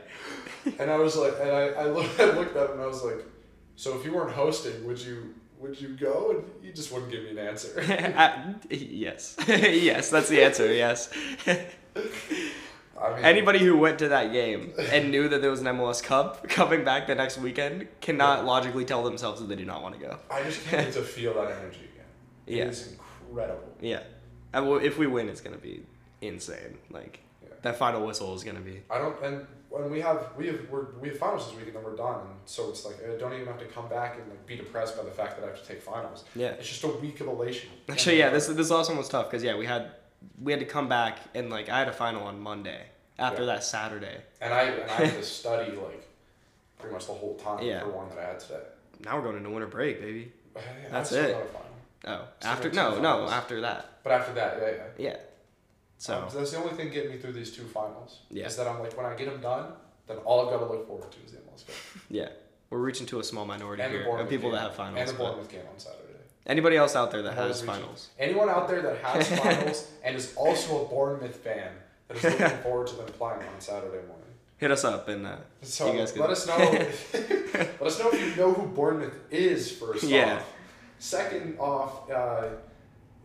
[SPEAKER 1] And I was like, and I, I looked, I looked at him, and I was like, "So if you weren't hosting, would you would you go?" And he just wouldn't give me an answer.
[SPEAKER 2] Uh, yes. yes, that's the answer. Yes.
[SPEAKER 1] I mean,
[SPEAKER 2] Anybody who went to that game and knew that there was an MLS Cup coming back the next weekend cannot logically tell themselves that they do not want to go.
[SPEAKER 1] I just can't wait to feel that energy again.
[SPEAKER 2] Yeah.
[SPEAKER 1] It is incredible.
[SPEAKER 2] Yeah. And well, if we win, it's gonna be insane. Like
[SPEAKER 1] Yeah.
[SPEAKER 2] that final whistle is gonna be.
[SPEAKER 1] I don't, and when we have we have we're, we have finals this week and then we're done, and so it's like I don't even have to come back and like be depressed by the fact that I have to take finals.
[SPEAKER 2] Yeah.
[SPEAKER 1] It's just a week of elation.
[SPEAKER 2] Actually, yeah. This this last one was tough because yeah, we had we had to come back and like I had a final on Monday after
[SPEAKER 1] Yeah.
[SPEAKER 2] that Saturday.
[SPEAKER 1] and I and I had to study like pretty much the whole time
[SPEAKER 2] Yeah.
[SPEAKER 1] for one that I had today.
[SPEAKER 2] Now we're going into winter break, baby.
[SPEAKER 1] Yeah, I
[SPEAKER 2] That's
[SPEAKER 1] still
[SPEAKER 2] it.
[SPEAKER 1] got a final.
[SPEAKER 2] Oh,
[SPEAKER 1] So
[SPEAKER 2] after
[SPEAKER 1] it's
[SPEAKER 2] no,
[SPEAKER 1] two
[SPEAKER 2] no,
[SPEAKER 1] finals.
[SPEAKER 2] after that.
[SPEAKER 1] But after that, yeah, yeah.
[SPEAKER 2] Yeah. So
[SPEAKER 1] Um, that's the only thing getting me through these two finals.
[SPEAKER 2] Yeah.
[SPEAKER 1] Is that I'm like when I get them done, then all I've got to look forward to is the MLS Cup
[SPEAKER 2] yeah, we're reaching to a small minority
[SPEAKER 1] and the
[SPEAKER 2] here of
[SPEAKER 1] Bournemouth
[SPEAKER 2] people
[SPEAKER 1] game.
[SPEAKER 2] that
[SPEAKER 1] and
[SPEAKER 2] have finals.
[SPEAKER 1] the
[SPEAKER 2] but
[SPEAKER 1] Bournemouth game on Saturday.
[SPEAKER 2] Anybody else out there that
[SPEAKER 1] Bournemouth
[SPEAKER 2] has
[SPEAKER 1] region.
[SPEAKER 2] finals?
[SPEAKER 1] Anyone out there that has finals and is also a Bournemouth fan that is looking forward to them playing on Saturday morning.
[SPEAKER 2] Hit us up and uh,
[SPEAKER 1] So
[SPEAKER 2] you guys
[SPEAKER 1] let
[SPEAKER 2] can.
[SPEAKER 1] us know. let us know if you know who Bournemouth is. First
[SPEAKER 2] Yeah.
[SPEAKER 1] off, second off, uh,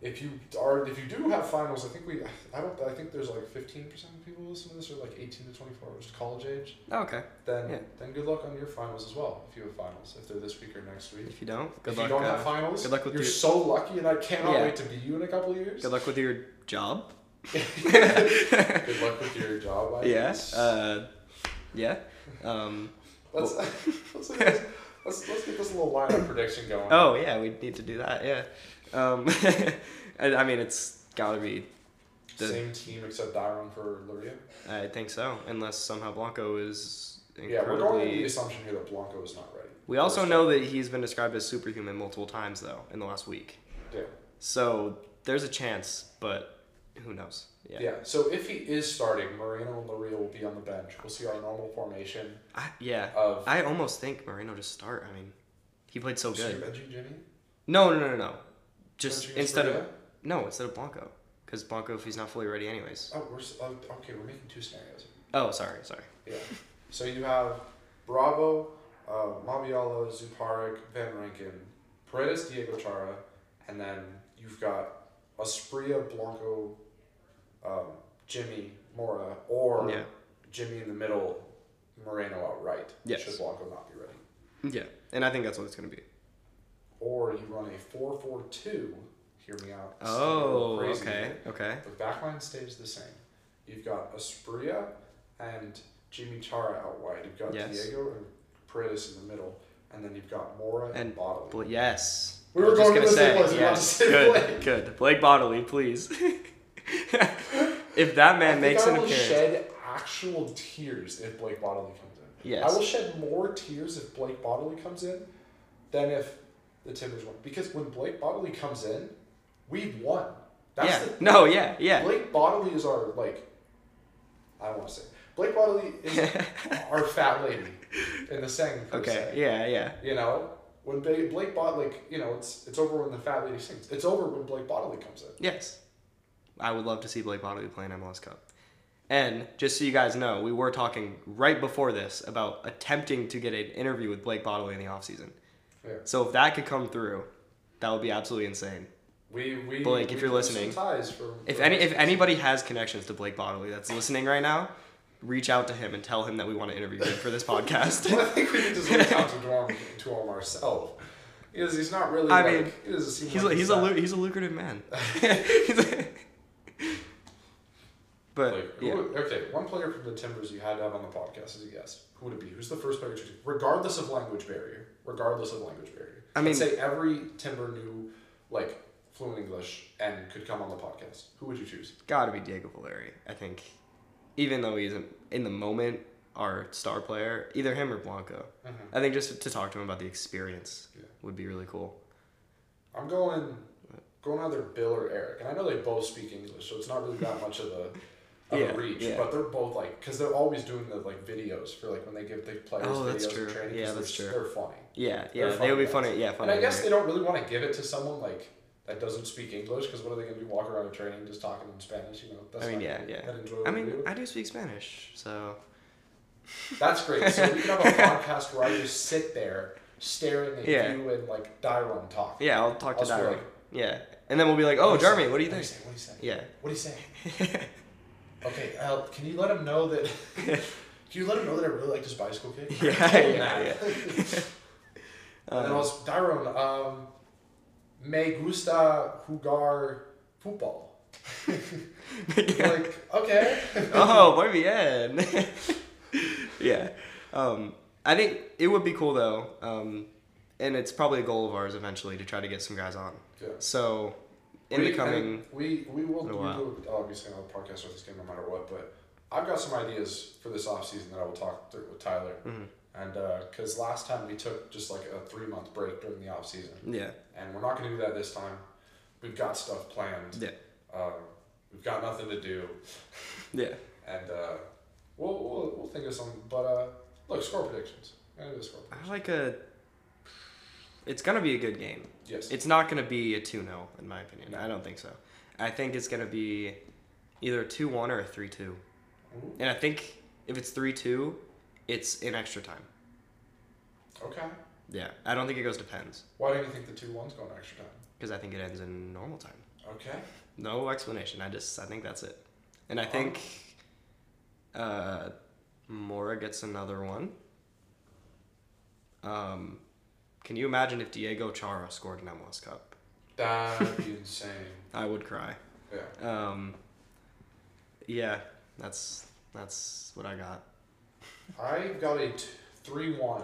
[SPEAKER 1] if you are if you do have finals, I think we I don't I think there's like fifteen percent of people who listen to this are like eighteen to twenty four, which is college age.
[SPEAKER 2] Oh, okay.
[SPEAKER 1] Then
[SPEAKER 2] Yeah.
[SPEAKER 1] then good luck on your finals as well if you have finals if they're this week or next week.
[SPEAKER 2] If you don't, good
[SPEAKER 1] if
[SPEAKER 2] luck.
[SPEAKER 1] you don't
[SPEAKER 2] uh,
[SPEAKER 1] have finals,
[SPEAKER 2] good luck with
[SPEAKER 1] you're
[SPEAKER 2] your-
[SPEAKER 1] so lucky, and I cannot
[SPEAKER 2] Yeah.
[SPEAKER 1] wait to be you in a couple of years.
[SPEAKER 2] Good luck with your job.
[SPEAKER 1] Good luck with your job. I
[SPEAKER 2] Yeah.
[SPEAKER 1] guess.
[SPEAKER 2] Uh, yeah. Um,
[SPEAKER 1] let's, let's, let's, let's get this little lineup prediction going.
[SPEAKER 2] oh yeah, we need to do that. Yeah. Um, I, I mean, it's gotta be. The-
[SPEAKER 1] Same team except Dyron for Luria.
[SPEAKER 2] I think so, unless somehow Blanco is
[SPEAKER 1] Yeah, we're going
[SPEAKER 2] incredibly.
[SPEAKER 1] with the assumption here that Blanco is not ready.
[SPEAKER 2] we also
[SPEAKER 1] First
[SPEAKER 2] know that he's been described as superhuman multiple times though in the last week.
[SPEAKER 1] off. Yeah.
[SPEAKER 2] So there's a chance, but who knows? Yeah.
[SPEAKER 1] yeah, So if he is starting, Moreno and Luria will be on the bench. We'll see our normal formation
[SPEAKER 2] I, yeah.
[SPEAKER 1] of
[SPEAKER 2] I almost think Moreno to start. I mean, he played so
[SPEAKER 1] So you're
[SPEAKER 2] Oh, good.
[SPEAKER 1] benching Jimmy.
[SPEAKER 2] No, no, no, no, no. Just
[SPEAKER 1] Benching
[SPEAKER 2] instead of
[SPEAKER 1] Luria?
[SPEAKER 2] no, instead of Blanco, because Blanco, if he's not fully ready, anyways.
[SPEAKER 1] oh, we're s- oh, okay. We're making two scenarios.
[SPEAKER 2] Oh, sorry, sorry.
[SPEAKER 1] Yeah. So you have Bravo, uh, Mabiala, Zuparik, Van Rankin, Paredes, Diego Chara, and then you've got Aspria, Blanco, um, Jimmy, Mora, or
[SPEAKER 2] Yeah.
[SPEAKER 1] Jimmy in the middle, Moreno outright.
[SPEAKER 2] Yes.
[SPEAKER 1] Should Blanco not be ready.
[SPEAKER 2] Yeah, and I think that's what it's gonna be.
[SPEAKER 1] Or you run a 4 4 2. Hear me out. It's
[SPEAKER 2] Oh,
[SPEAKER 1] gonna go crazy.
[SPEAKER 2] okay, okay.
[SPEAKER 1] The back line stays the same. You've got Aspria and Jimmy Chara out wide. You've got
[SPEAKER 2] Yes.
[SPEAKER 1] Diego and Paredes in the middle. And then you've got Mora and,
[SPEAKER 2] And
[SPEAKER 1] Bottle.
[SPEAKER 2] Bla- yes.
[SPEAKER 1] We
[SPEAKER 2] I
[SPEAKER 1] were
[SPEAKER 2] was just
[SPEAKER 1] going to
[SPEAKER 2] gonna
[SPEAKER 1] the same
[SPEAKER 2] say,
[SPEAKER 1] place, we want to
[SPEAKER 2] yes.
[SPEAKER 1] say
[SPEAKER 2] Good,
[SPEAKER 1] Blake.
[SPEAKER 2] good. Blake Bodily, please. if that
[SPEAKER 1] I think
[SPEAKER 2] man makes
[SPEAKER 1] I
[SPEAKER 2] an
[SPEAKER 1] will
[SPEAKER 2] appearance,
[SPEAKER 1] shed actual tears if Blake Bodily comes in.
[SPEAKER 2] Yes.
[SPEAKER 1] I will shed more tears if Blake Bodily comes in than if the Timbers won. Because when Blake Bodily comes in, we've won. That's
[SPEAKER 2] yeah.
[SPEAKER 1] the thing.
[SPEAKER 2] no, yeah, yeah.
[SPEAKER 1] Blake Bodily is our like. I don't want to say Blake Bodily is our fat lady in the saying. Per
[SPEAKER 2] okay,
[SPEAKER 1] se.
[SPEAKER 2] yeah, yeah.
[SPEAKER 1] You know when Ba- Blake Bodily, like, you know, it's it's over when the fat lady sings. It's over when Blake Bodily comes in.
[SPEAKER 2] Yes. I would love to see Blake Bodily play in MLS Cup. And just so you guys know, we were talking right before this about attempting to get an interview with Blake Bodily in the offseason.
[SPEAKER 1] Yeah.
[SPEAKER 2] So if that could come through, that would be absolutely insane.
[SPEAKER 1] We we
[SPEAKER 2] Blake,
[SPEAKER 1] we
[SPEAKER 2] if you're
[SPEAKER 1] drew some
[SPEAKER 2] listening,
[SPEAKER 1] ties for,
[SPEAKER 2] If
[SPEAKER 1] for-
[SPEAKER 2] any if anybody has connections to Blake Bodley that's listening right now, reach out to him and tell him that we want to interview him for this podcast.
[SPEAKER 1] Well, I think we need to reach out to Dwayne to him ourselves. Because he's not really.
[SPEAKER 2] I
[SPEAKER 1] like,
[SPEAKER 2] mean,
[SPEAKER 1] he doesn't seem
[SPEAKER 2] He's
[SPEAKER 1] like
[SPEAKER 2] a, he's a
[SPEAKER 1] that.
[SPEAKER 2] lu- he's a lucrative man. He's a- but
[SPEAKER 1] Like, who
[SPEAKER 2] yeah,
[SPEAKER 1] would- okay, one player from the Timbers you had to have on the podcast is a guess. Who would it be? Who's the first player? to Regardless of language barrier. Regardless of language barrier.
[SPEAKER 2] I
[SPEAKER 1] I'd
[SPEAKER 2] mean-
[SPEAKER 1] say every Timber knew like fluent English and could come on the podcast. Who would you choose?
[SPEAKER 2] gotta be Diego Valeri. I think, even though he's in, in the moment our star player, either him or Blanco. I think just to talk to him about the experience
[SPEAKER 1] Mm-hmm. Yeah.
[SPEAKER 2] would be really cool.
[SPEAKER 1] I'm going going either Bill or Eric, and I know they both speak English, so it's not really that much of a of
[SPEAKER 2] Yeah,
[SPEAKER 1] a reach.
[SPEAKER 2] yeah.
[SPEAKER 1] But they're both like because they're always doing the like videos for like when they give the players
[SPEAKER 2] Oh,
[SPEAKER 1] videos
[SPEAKER 2] that's
[SPEAKER 1] and
[SPEAKER 2] true.
[SPEAKER 1] training.
[SPEAKER 2] Yeah,
[SPEAKER 1] 'cause
[SPEAKER 2] that's
[SPEAKER 1] they're,
[SPEAKER 2] true.
[SPEAKER 1] They're funny.
[SPEAKER 2] Yeah,
[SPEAKER 1] They're
[SPEAKER 2] yeah, they would be
[SPEAKER 1] funny
[SPEAKER 2] funny. Yeah, funny.
[SPEAKER 1] and I guess
[SPEAKER 2] to
[SPEAKER 1] they don't really want to give it to someone like that doesn't speak English because what are they gonna do? Walk around a training just talking in Spanish? You know, that's
[SPEAKER 2] I mean,
[SPEAKER 1] not
[SPEAKER 2] yeah,
[SPEAKER 1] gonna be
[SPEAKER 2] yeah.
[SPEAKER 1] That enjoyable
[SPEAKER 2] I
[SPEAKER 1] to
[SPEAKER 2] mean,
[SPEAKER 1] do.
[SPEAKER 2] I do speak Spanish, so
[SPEAKER 1] that's great. So we can have a podcast where I just sit there staring at
[SPEAKER 2] Yeah.
[SPEAKER 1] you and like Dyron talk.
[SPEAKER 2] yeah, I'll talk to
[SPEAKER 1] I'll swear.
[SPEAKER 2] Diary. Yeah, and then we'll be like, oh,
[SPEAKER 1] What'd he
[SPEAKER 2] Jeremy,
[SPEAKER 1] say?
[SPEAKER 2] what do you
[SPEAKER 1] What'd
[SPEAKER 2] think?
[SPEAKER 1] he say? What do you say?
[SPEAKER 2] Yeah.
[SPEAKER 1] What do you say? Okay, Al, can you let him know that? can you let him know that I really liked his bicycle kick? I
[SPEAKER 2] Yeah,
[SPEAKER 1] told him
[SPEAKER 2] yeah,
[SPEAKER 1] that. and then I
[SPEAKER 2] Um,
[SPEAKER 1] was Dyron. Um, me gusta jugar football. like okay.
[SPEAKER 2] oh, muy bien. yeah. Um, I think it would be cool though, um, and it's probably a goal of ours eventually to try to get some guys on.
[SPEAKER 1] Yeah.
[SPEAKER 2] So, in
[SPEAKER 1] We-
[SPEAKER 2] the coming,
[SPEAKER 1] and we we will we
[SPEAKER 2] little while.
[SPEAKER 1] do obviously another podcast with this game no matter what, but I've got some ideas for this offseason that I will talk through with Tyler.
[SPEAKER 2] Mm-hmm.
[SPEAKER 1] And because last time we took just like a three month break during the offseason,
[SPEAKER 2] yeah,
[SPEAKER 1] and we're not going to do that this time. We've got stuff planned.
[SPEAKER 2] yeah,
[SPEAKER 1] Um, we've got nothing to do,
[SPEAKER 2] yeah.
[SPEAKER 1] and uh, we'll, we'll we'll think of something. But uh, look, score predictions. We're gonna do the score
[SPEAKER 2] I
[SPEAKER 1] predictions.
[SPEAKER 2] like a. It's gonna be a good game.
[SPEAKER 1] Yes.
[SPEAKER 2] It's not going to be a 2 0, in my opinion.
[SPEAKER 1] No.
[SPEAKER 2] I don't think so. I think it's going to be either a 2 1 or a 3 2.
[SPEAKER 1] Ooh,
[SPEAKER 2] And I think if it's 3 2, it's in extra time.
[SPEAKER 1] okay.
[SPEAKER 2] Yeah. I don't think it goes to pens
[SPEAKER 1] Why do you think the two ones go in extra time?
[SPEAKER 2] because I think it ends in normal time.
[SPEAKER 1] Okay.
[SPEAKER 2] No explanation. I just, I think that's it. And I think uh, Mora gets another one. Um, can you imagine if Diego Chara scored an MLS Cup?
[SPEAKER 1] That'd be insane.
[SPEAKER 2] I would cry.
[SPEAKER 1] Yeah.
[SPEAKER 2] Um, yeah, that's that's what I got.
[SPEAKER 1] I've got a t- 3 1,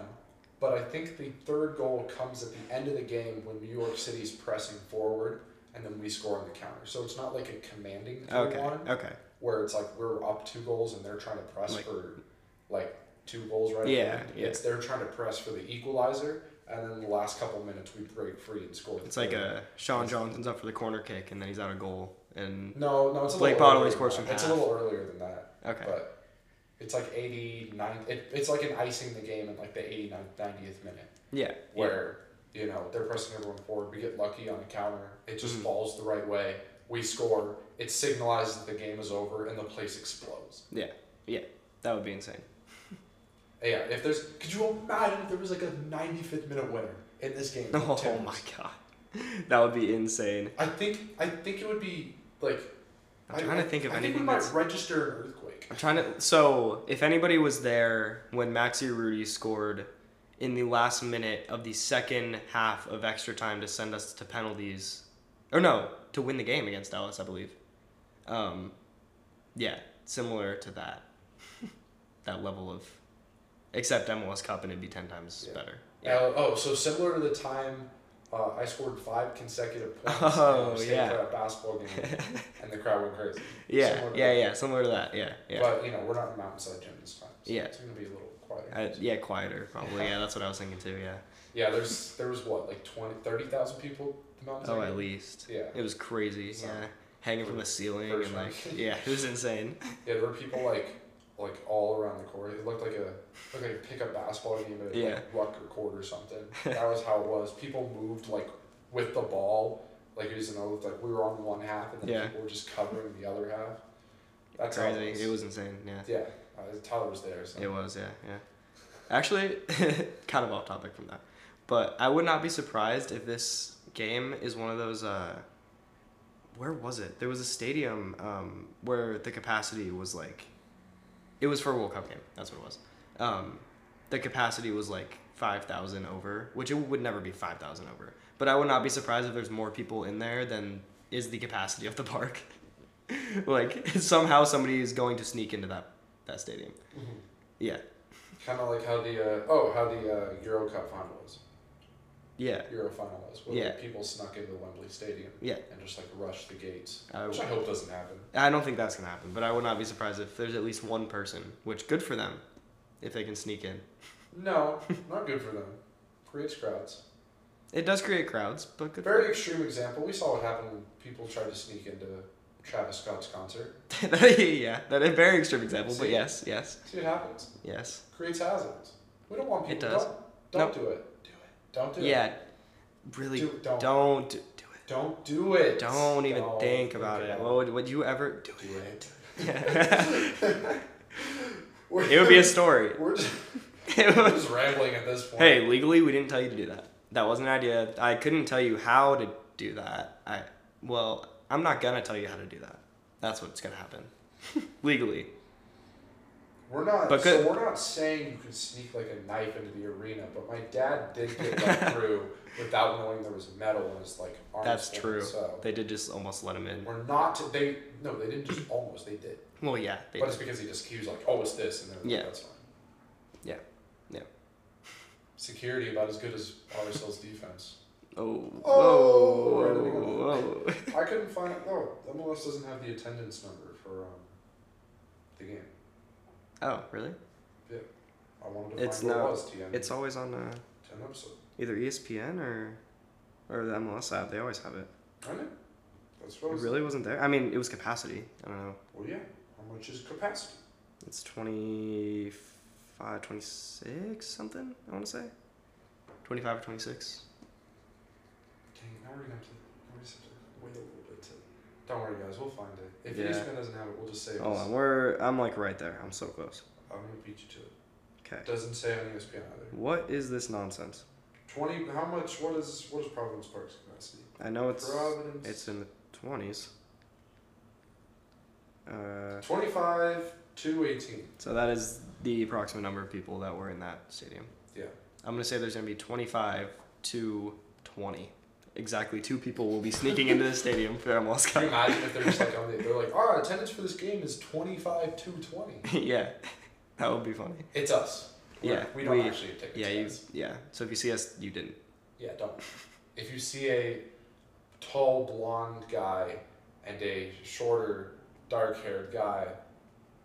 [SPEAKER 1] but I think the third goal comes at the end of the game when New York City's pressing forward and then we score on the counter. So it's not like a commanding 3
[SPEAKER 2] Okay,
[SPEAKER 1] 1
[SPEAKER 2] okay,
[SPEAKER 1] where it's like we're up two goals and they're trying to press
[SPEAKER 2] Like-
[SPEAKER 1] for like two goals right at the
[SPEAKER 2] Yeah,
[SPEAKER 1] end.
[SPEAKER 2] yeah.
[SPEAKER 1] It's they're trying to press for the equalizer and then the last couple minutes we break free and score. the
[SPEAKER 2] it's like
[SPEAKER 1] third.
[SPEAKER 2] a Sean Johnson's up for the corner kick and then he's out a goal and
[SPEAKER 1] No, no, it's a
[SPEAKER 2] Blake
[SPEAKER 1] little
[SPEAKER 2] Bodily
[SPEAKER 1] earlier
[SPEAKER 2] scores
[SPEAKER 1] than
[SPEAKER 2] from
[SPEAKER 1] that. It's a
[SPEAKER 2] half.
[SPEAKER 1] little earlier than that.
[SPEAKER 2] okay,
[SPEAKER 1] But it's like 89 it, it's like an icing the game in like the 89th 90th minute.
[SPEAKER 2] yeah, yeah,
[SPEAKER 1] where you know they're pressing everyone forward. We get lucky on a counter. It
[SPEAKER 2] Mm.
[SPEAKER 1] just falls the right way. We score. It signalizes that the game is over and the place explodes.
[SPEAKER 2] yeah, yeah. That would be insane.
[SPEAKER 1] Yeah, if there's, could you imagine if there was like a 95th minute winner in this game?
[SPEAKER 2] Oh my god, that would be insane.
[SPEAKER 1] I think I think it would be like.
[SPEAKER 2] I'm
[SPEAKER 1] I-
[SPEAKER 2] trying
[SPEAKER 1] I,
[SPEAKER 2] to think of
[SPEAKER 1] I
[SPEAKER 2] anything
[SPEAKER 1] Think we
[SPEAKER 2] that's-
[SPEAKER 1] might register an earthquake.
[SPEAKER 2] I'm trying to. So, if anybody was there when Maxi Rudy scored in the last minute of the second half of extra time to send us to penalties, or no, to win the game against Dallas, I believe. Um, yeah, similar to that, that level of, except MLS Cup, and it'd be ten times
[SPEAKER 1] Yeah.
[SPEAKER 2] better.
[SPEAKER 1] Yeah. oh, so similar to the time uh, I scored five consecutive points
[SPEAKER 2] Oh,
[SPEAKER 1] in a
[SPEAKER 2] yeah.
[SPEAKER 1] basketball game, and the crowd went crazy.
[SPEAKER 2] Yeah,
[SPEAKER 1] Similar to
[SPEAKER 2] yeah,
[SPEAKER 1] that.
[SPEAKER 2] yeah, similar to that. Yeah, yeah.
[SPEAKER 1] But you know, we're not in mountainside gym this time. So
[SPEAKER 2] Yeah.
[SPEAKER 1] It's gonna be a little quieter.
[SPEAKER 2] I, Uh, yeah, quieter probably. Yeah, that's what I was thinking too. Yeah.
[SPEAKER 1] yeah, there's there was what like 20, 30,000 people at the mountainside.
[SPEAKER 2] Oh,
[SPEAKER 1] Gym?
[SPEAKER 2] at least.
[SPEAKER 1] Yeah.
[SPEAKER 2] It was crazy.
[SPEAKER 1] So-
[SPEAKER 2] yeah. Hanging from the ceiling
[SPEAKER 1] First
[SPEAKER 2] and
[SPEAKER 1] round.
[SPEAKER 2] like, yeah, it was insane.
[SPEAKER 1] Yeah, there were people like like all around the court. It looked like a looked like a pickup basketball game at
[SPEAKER 2] Yeah.
[SPEAKER 1] like Rucker Court or something. That was how it was. People moved like with the ball, like it was another like we were on one half and then
[SPEAKER 2] Yeah.
[SPEAKER 1] people were just covering the other half. That's how
[SPEAKER 2] Crazy. It was insane. Yeah.
[SPEAKER 1] Yeah, uh, Tyler was there. So.
[SPEAKER 2] It was. Yeah. Yeah. Actually, kind of off topic from that, But I would not be surprised if this game is one of those. Uh, where was it? There was a stadium um, where the capacity was like, it was for a World Cup game. That's what it was. Um, the capacity was like five thousand over, which it would never be five thousand over. But I would not be surprised if there's more people in there than is the capacity of the park. like somehow somebody is going to sneak into that that stadium. Yeah,
[SPEAKER 1] Kind of like how the uh, oh how the uh, Euro Cup final was,
[SPEAKER 2] yeah.
[SPEAKER 1] Euro final was, where
[SPEAKER 2] Yeah.
[SPEAKER 1] people snuck into Wembley Stadium
[SPEAKER 2] Yeah.
[SPEAKER 1] and just like rushed the gates,
[SPEAKER 2] I-
[SPEAKER 1] which I hope doesn't happen.
[SPEAKER 2] I don't think that's gonna happen, but I would not be surprised if there's at least one person, which good for them, if they can sneak in.
[SPEAKER 1] No, not good for them. Creates crowds.
[SPEAKER 2] It does create crowds, but good.
[SPEAKER 1] Very extreme example. We saw what happened when people tried to sneak into Travis Scott's concert.
[SPEAKER 2] For yeah, that a very extreme example, but
[SPEAKER 1] See?
[SPEAKER 2] yes, yes,
[SPEAKER 1] See what happens.
[SPEAKER 2] yes.
[SPEAKER 1] Creates hazards. We don't want people.
[SPEAKER 2] It does.
[SPEAKER 1] Don't, don't do it. Do it. Don't do it.
[SPEAKER 2] Yeah, really,
[SPEAKER 1] Do, don't.
[SPEAKER 2] don't do, do
[SPEAKER 1] Don't do it.
[SPEAKER 2] it. Don't even
[SPEAKER 1] Don't
[SPEAKER 2] think about it. Well, would, would you ever do
[SPEAKER 1] Do it.
[SPEAKER 2] it?
[SPEAKER 1] We're-
[SPEAKER 2] it would be a story.
[SPEAKER 1] We're just,
[SPEAKER 2] It
[SPEAKER 1] we're
[SPEAKER 2] would-
[SPEAKER 1] just rambling at this point.
[SPEAKER 2] hey, legally, we didn't tell you to do that. That wasn't an idea. I couldn't tell you how to do that. I well, I'm not gonna tell you how to do that. That's what's gonna happen, legally.
[SPEAKER 1] We're not.
[SPEAKER 2] But
[SPEAKER 1] so
[SPEAKER 2] good-
[SPEAKER 1] we're not saying you could sneak like a knife into the arena, but my dad did get let through without knowing there was metal in his like arms.
[SPEAKER 2] That's
[SPEAKER 1] and
[SPEAKER 2] true.
[SPEAKER 1] So
[SPEAKER 2] They did just almost let him in.
[SPEAKER 1] we're not. They no, they didn't just almost. They did,
[SPEAKER 2] Well, yeah, they
[SPEAKER 1] but
[SPEAKER 2] did.
[SPEAKER 1] it's because he just he was like, oh, it's this, and then like,
[SPEAKER 2] Yeah.
[SPEAKER 1] that's fine.
[SPEAKER 2] Yeah. Yeah.
[SPEAKER 1] Security about as good as RSL's defense.
[SPEAKER 2] Oh,
[SPEAKER 1] Oh,
[SPEAKER 2] whoa,
[SPEAKER 1] we're editing it.
[SPEAKER 2] whoa.
[SPEAKER 1] I couldn't find. No, MLS doesn't have the attendance number for um, the game.
[SPEAKER 2] Oh, really?
[SPEAKER 1] I wanted to
[SPEAKER 2] It's
[SPEAKER 1] find what
[SPEAKER 2] not-
[SPEAKER 1] it was. TN,
[SPEAKER 2] It's always on uh,
[SPEAKER 1] ten episode.
[SPEAKER 2] either E ESPN or or the MLS app. They always have it.
[SPEAKER 1] I know. That's
[SPEAKER 2] It
[SPEAKER 1] what I was.
[SPEAKER 2] really wasn't there. I mean, it was capacity. I don't know.
[SPEAKER 1] Well, yeah. How much is capacity?
[SPEAKER 2] It's 25, 26 something, I want to say. 25 or 26.
[SPEAKER 1] Dang, now we're gonna have to, now we just have to wait a little bit to. Don't worry, guys. We'll find it. If
[SPEAKER 2] Yeah.
[SPEAKER 1] ESPN doesn't have it, we'll just say it.
[SPEAKER 2] Hold
[SPEAKER 1] was-
[SPEAKER 2] on, Oh, we're, I'm like right there. I'm so close.
[SPEAKER 1] I'm gonna beat you to it.
[SPEAKER 2] Okay.
[SPEAKER 1] Doesn't say on E ESPN either.
[SPEAKER 2] What is this nonsense?
[SPEAKER 1] Twenty. How much? What is? What is Providence Park's capacity?
[SPEAKER 2] I know it's
[SPEAKER 1] Providence.
[SPEAKER 2] it's in the 20s. Uh,
[SPEAKER 1] twenty-five to eighteen.
[SPEAKER 2] so that is the approximate number of people that were in that stadium.
[SPEAKER 1] Yeah.
[SPEAKER 2] I'm gonna say there's gonna be 25 to 20. Exactly, two people will be sneaking into the stadium for MLS
[SPEAKER 1] Can you
[SPEAKER 2] Cup.
[SPEAKER 1] imagine if they're just like on the, they're like, our attendance for this game is twenty-five to twenty.
[SPEAKER 2] yeah, that would be funny.
[SPEAKER 1] It's us. We're-
[SPEAKER 2] Yeah,
[SPEAKER 1] We don't
[SPEAKER 2] we-
[SPEAKER 1] actually have tickets.
[SPEAKER 2] Yeah, you,
[SPEAKER 1] guys.
[SPEAKER 2] yeah. So if you see us, you didn't.
[SPEAKER 1] Yeah, don't. If you see a tall blonde guy and a shorter dark haired guy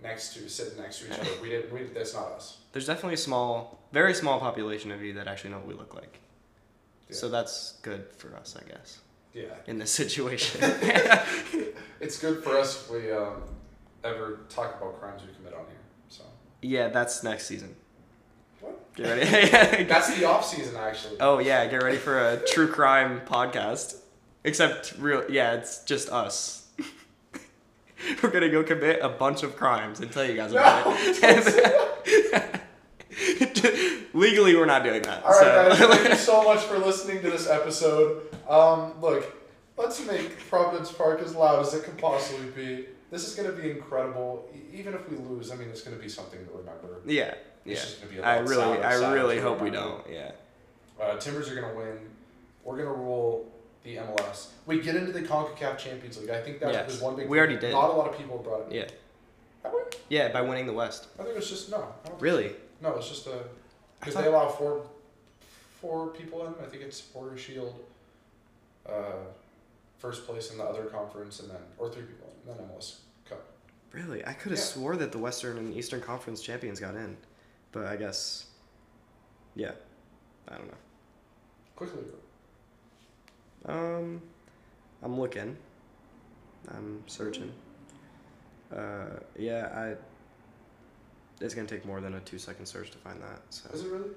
[SPEAKER 1] next to sitting next to each other, we didn't. We, that's not us.
[SPEAKER 2] There's definitely a small, very small population of you that actually know what we look like.
[SPEAKER 1] Yeah.
[SPEAKER 2] So that's good for us, I guess,
[SPEAKER 1] Yeah,
[SPEAKER 2] in this situation.
[SPEAKER 1] it's good for us if we um, ever talk about crimes we commit on here. So
[SPEAKER 2] yeah, that's next season.
[SPEAKER 1] What?
[SPEAKER 2] Get ready.
[SPEAKER 1] that's the off season actually.
[SPEAKER 2] oh yeah, get ready for a true crime podcast. Except real, yeah, it's just us. We're gonna go commit a bunch of crimes and tell you guys about
[SPEAKER 1] No,
[SPEAKER 2] it. Legally, we're not doing that.
[SPEAKER 1] All right,
[SPEAKER 2] so.
[SPEAKER 1] guys. Thank you so much for listening to this episode. Um, look, let's make Providence Park as loud as it can possibly be. This is going to be incredible. E- Even if we lose, I mean, it's going to be something to remember.
[SPEAKER 2] Yeah, yeah.
[SPEAKER 1] It's just gonna be a
[SPEAKER 2] I
[SPEAKER 1] loud
[SPEAKER 2] really,
[SPEAKER 1] sound outside
[SPEAKER 2] I really
[SPEAKER 1] for
[SPEAKER 2] hope we
[SPEAKER 1] everybody.
[SPEAKER 2] don't. Yeah.
[SPEAKER 1] Uh, Timbers are going to win. We're going to rule the MLS. We get into the CONCACAF Champions League. I think that
[SPEAKER 2] Yes.
[SPEAKER 1] was one big
[SPEAKER 2] We already
[SPEAKER 1] thing.
[SPEAKER 2] did.
[SPEAKER 1] Not a lot of people brought it.
[SPEAKER 2] Yeah.
[SPEAKER 1] I would-
[SPEAKER 2] Yeah, by winning the West.
[SPEAKER 1] I think it's just, no. I don't think-
[SPEAKER 2] Really?
[SPEAKER 1] No, it's just a.
[SPEAKER 2] I
[SPEAKER 1] Because
[SPEAKER 2] thought-
[SPEAKER 1] they allow four, four people in. I think it's Porter Shield, uh, first place in the other conference, and then or three people in, and then MLS Cup.
[SPEAKER 2] Really? I could have
[SPEAKER 1] Yeah.
[SPEAKER 2] swore that the Western and Eastern Conference champions got in, but I guess. Yeah, I don't know.
[SPEAKER 1] Quickly,
[SPEAKER 2] Um, I'm looking. I'm searching. Uh, yeah, I. It's gonna take more than a two-second search to find that, so
[SPEAKER 1] is it really?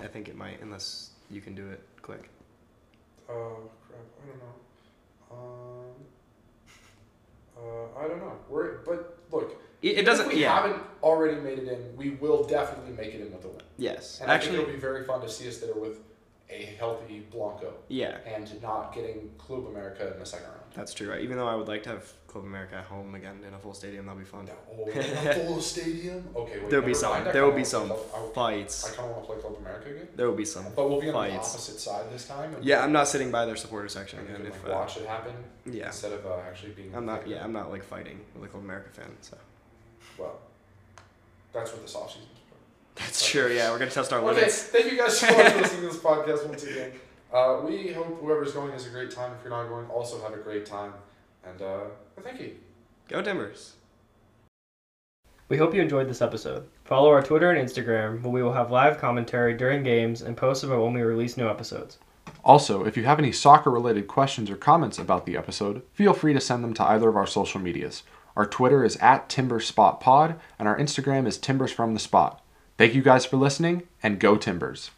[SPEAKER 2] I think it might, unless you can do it quick.
[SPEAKER 1] Oh crap! I don't know. Um, uh, I don't know. We're but look.
[SPEAKER 2] It, it
[SPEAKER 1] if
[SPEAKER 2] doesn't.
[SPEAKER 1] we
[SPEAKER 2] Yeah.
[SPEAKER 1] haven't already made it in. We will definitely make it in with a win.
[SPEAKER 2] Yes.
[SPEAKER 1] And I think
[SPEAKER 2] Actually,
[SPEAKER 1] it'll be very fun to see us there with a healthy Blanco
[SPEAKER 2] Yeah,
[SPEAKER 1] and not getting Club America in the second round.
[SPEAKER 2] that's true. Even though I would like to have Club America at home again in a full stadium, that'd be fun.
[SPEAKER 1] No, oh, a full stadium. Okay, wait,
[SPEAKER 2] There'll be
[SPEAKER 1] never
[SPEAKER 2] some.
[SPEAKER 1] mind, I
[SPEAKER 2] There will
[SPEAKER 1] kinda
[SPEAKER 2] be
[SPEAKER 1] wanna play
[SPEAKER 2] some
[SPEAKER 1] Club- I,
[SPEAKER 2] fights.
[SPEAKER 1] kind of want to play Club America again,
[SPEAKER 2] There will be some.
[SPEAKER 1] but we'll be on the
[SPEAKER 2] Fights.
[SPEAKER 1] opposite side this time. And
[SPEAKER 2] Yeah, I'm not sitting by their supporter section.
[SPEAKER 1] and
[SPEAKER 2] And
[SPEAKER 1] like,
[SPEAKER 2] if, uh,
[SPEAKER 1] watch it happen
[SPEAKER 2] yeah,
[SPEAKER 1] instead of uh, actually being.
[SPEAKER 2] I'm not.
[SPEAKER 1] there.
[SPEAKER 2] Yeah, I'm not like fighting with a Club America fan. So
[SPEAKER 1] Well, that's what this offseason is for.
[SPEAKER 2] that's true. Yeah, we're gonna test our
[SPEAKER 1] Okay,
[SPEAKER 2] limits.
[SPEAKER 1] thank you guys so much for listening to this podcast once again. Uh, we hope whoever's going has a great time. If you're not going, also have a great time. And uh, thank you.
[SPEAKER 2] Go Timbers.
[SPEAKER 3] We hope you enjoyed this episode. Follow our Twitter and Instagram, where we will have live commentary during games and posts about when we release new episodes.
[SPEAKER 1] Also, if you have any soccer related questions or comments about the episode, feel free to send them to either of our social medias. Our Twitter is at TimberspotPod, and our Instagram is Timbers From The Spot. Thank you guys for listening, and go Timbers.